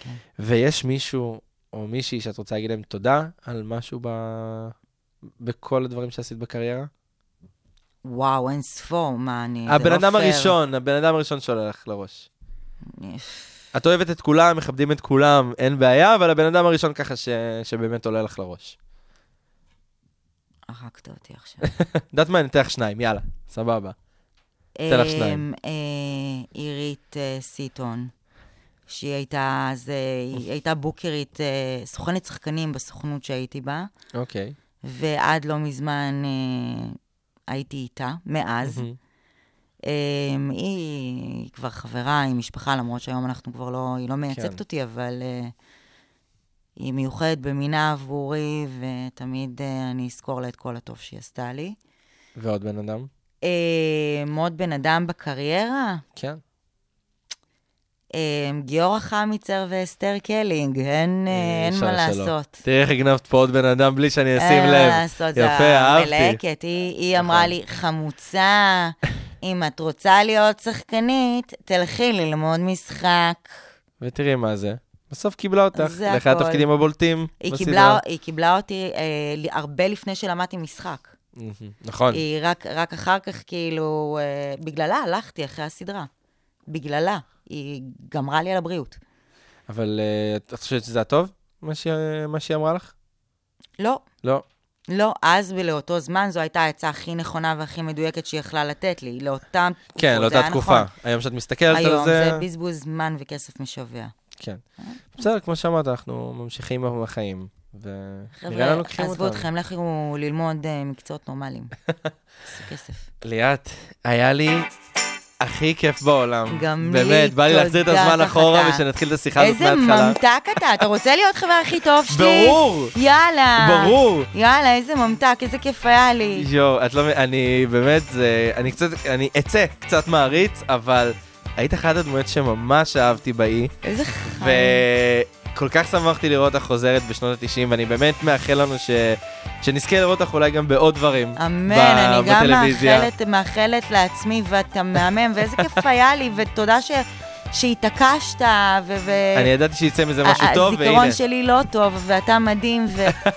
C: כן.
B: ויש מישהו או מישהי שאת רוצה להגיד להם תודה על משהו ב... בכל הדברים שעשית בקריירה?
C: וואו, אין ספור, מה אני... זה
B: הבן
C: לא
B: אדם
C: פייר.
B: הראשון, הבן אדם הראשון שעולה לך לראש.
C: אני-
B: את אוהבת את כולם, מכבדים את כולם, אין בעיה, אבל הבן אדם הראשון ככה ש... שבאמת עולה לך לראש.
C: הרגת אותי עכשיו.
B: יודעת מה, אני אתן לך שניים, יאללה, סבבה. [laughs] תן לך שניים.
C: אמ, אה, עירית אה, סיטון, שהיא הייתה, אז, אה, היא הייתה בוקרית, אה, סוכנת שחקנים בסוכנות שהייתי בה,
B: אוקיי.
C: ועד לא מזמן אה, הייתי איתה, מאז.
B: מהמם.
C: אמ, היא היא כבר חברה, היא משפחה, למרות שהיום אנחנו כבר לא, היא לא מייצגת
B: כן.
C: אותי, אבל אה, היא מיוחדת במינה עבורי, ותמיד אה, אני אזכור לה את כל הטוב שהיא עשתה לי.
B: ועוד בן אדם?
C: אמ, עוד בן אדם בקריירה,
B: כן.
C: אמ, גיורא חמיצר ואסתר קלינג, אין, אה, אין
B: אי אפשר
C: מה
B: שלא.
C: לעשות.
B: תראי איך הגנבת פה עוד בן אדם בלי שאני אשים
C: אין מה
B: לב.
C: לעשות, אה, זה כן.
B: יפה, אהבתי. נכון.
C: המלהקת. היא, היא אמרה לי, חמוצה, אם את רוצה להיות שחקנית, תלכי ללמוד משחק.
B: ותראי מה זה. בסוף קיבלה אותך.
C: זה
B: לאחד
C: הכל.
B: התפקידים הבולטים
C: היא
B: בסדרה.
C: קיבלה, היא קיבלה אותי אה, ל- הרבה לפני שלמדתי משחק.
B: מהמם. נכון.
C: היא רק, רק אחר כך, כאילו, אה, בגללה הלכתי אחרי הסדרה. בגללה. היא גמרה לי על הבריאות.
B: אבל אה, את את חושבת שזה הטוב? מה שהיא- מה שהיא אמרה לך?
C: לא,
B: לא.
C: לא, אז ולאותו זמן זו הייתה העצה הכי נכונה והכי מדויקת שהיא יכלה לתת לי. לאותם תקופות,
B: כן,
C: זה
B: לאותה
C: היה
B: תקופה.
C: נכון.
B: היום שאת מסתכלת על
C: היום
B: זה...
C: זה אה? בזבוז זמן וכסף משווע.
B: כן. בסדר, כמו שאמרת, אנחנו ממשיכים עם החיים. ונראה
C: חבר'ה,
B: לנו לא לוקחים
C: עזבו
B: אותם.
C: אתכם, לכו ללמוד אה, מקצועות נורמליים. עשו
B: [laughs]
C: כסף.
B: ליאת, היה לי הכי כיף בעולם.
C: גם לי,
B: באמת, בא לי להחזיר את
C: תודה,
B: הזמן
C: תחתה.
B: אחורה ושנתחיל את השיחה הזאת
C: איזה
B: מההתחלה.
C: ממתק אתה, אתה רוצה להיות חבר הכי טוב שלי?
B: ברור!
C: יאללה.
B: ברור!
C: יאללה, איזה ממתק, איזה כיף היה לי.
B: יואו, את לא... מ- אני באמת, זה... אני קצת... אני אצא קצת מעריץ, אבל היית אחת הדמויות שממש אהבתי באי,
C: איזה חיים.
B: וכל כך שמחתי לראות אותך חוזרת בשנות ה-90, ואני באמת מאחל לנו ש... שנזכה לראות אותך אולי גם בעוד דברים.
C: אמן,
B: ב-
C: אני גם
B: בטלוויזיה.
C: מאחלת, מאחלת לעצמי, ואתה מהמם, ואיזה כיף היה לי, ותודה ש, שהתעקשת, ו... ו-
B: אני ידעתי שיצא מזה משהו טוב, והנה.
C: אה, הזיכרון שלי לא טוב, ואתה מדהים,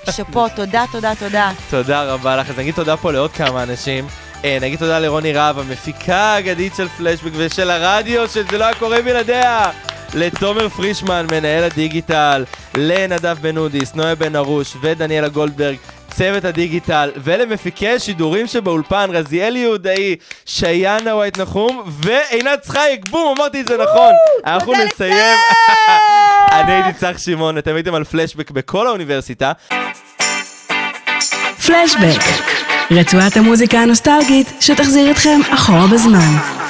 C: ושאפו, תודה, תודה, תודה.
B: [laughs] תודה רבה לך. אז נגיד תודה פה לעוד כמה אנשים. אה, נגיד תודה לרוני רהב, המפיקה האגדית של פלשבק ושל הרדיו, שזה לא היה קורה בלעדיה. לתומר פרישמן, מנהל הדיגיטל, לנדב בן אודיס, נויה בן ארוש ודניאלה גולדברג, צוות הדיגיטל, ולמפיקי השידורים שבאולפן, רזיאל יהודאי, שיינה וייט נחום ועינת צחייק, בום, אמרתי את זה נכון. אנחנו
C: תודה
B: נסיים. [laughs] אני הייתי צח שמעון, אתם הייתם על פלשבק בכל האוניברסיטה.
D: פלשבק, רצועת המוזיקה הנוסטלגית שתחזיר אתכם אחורה בזמן.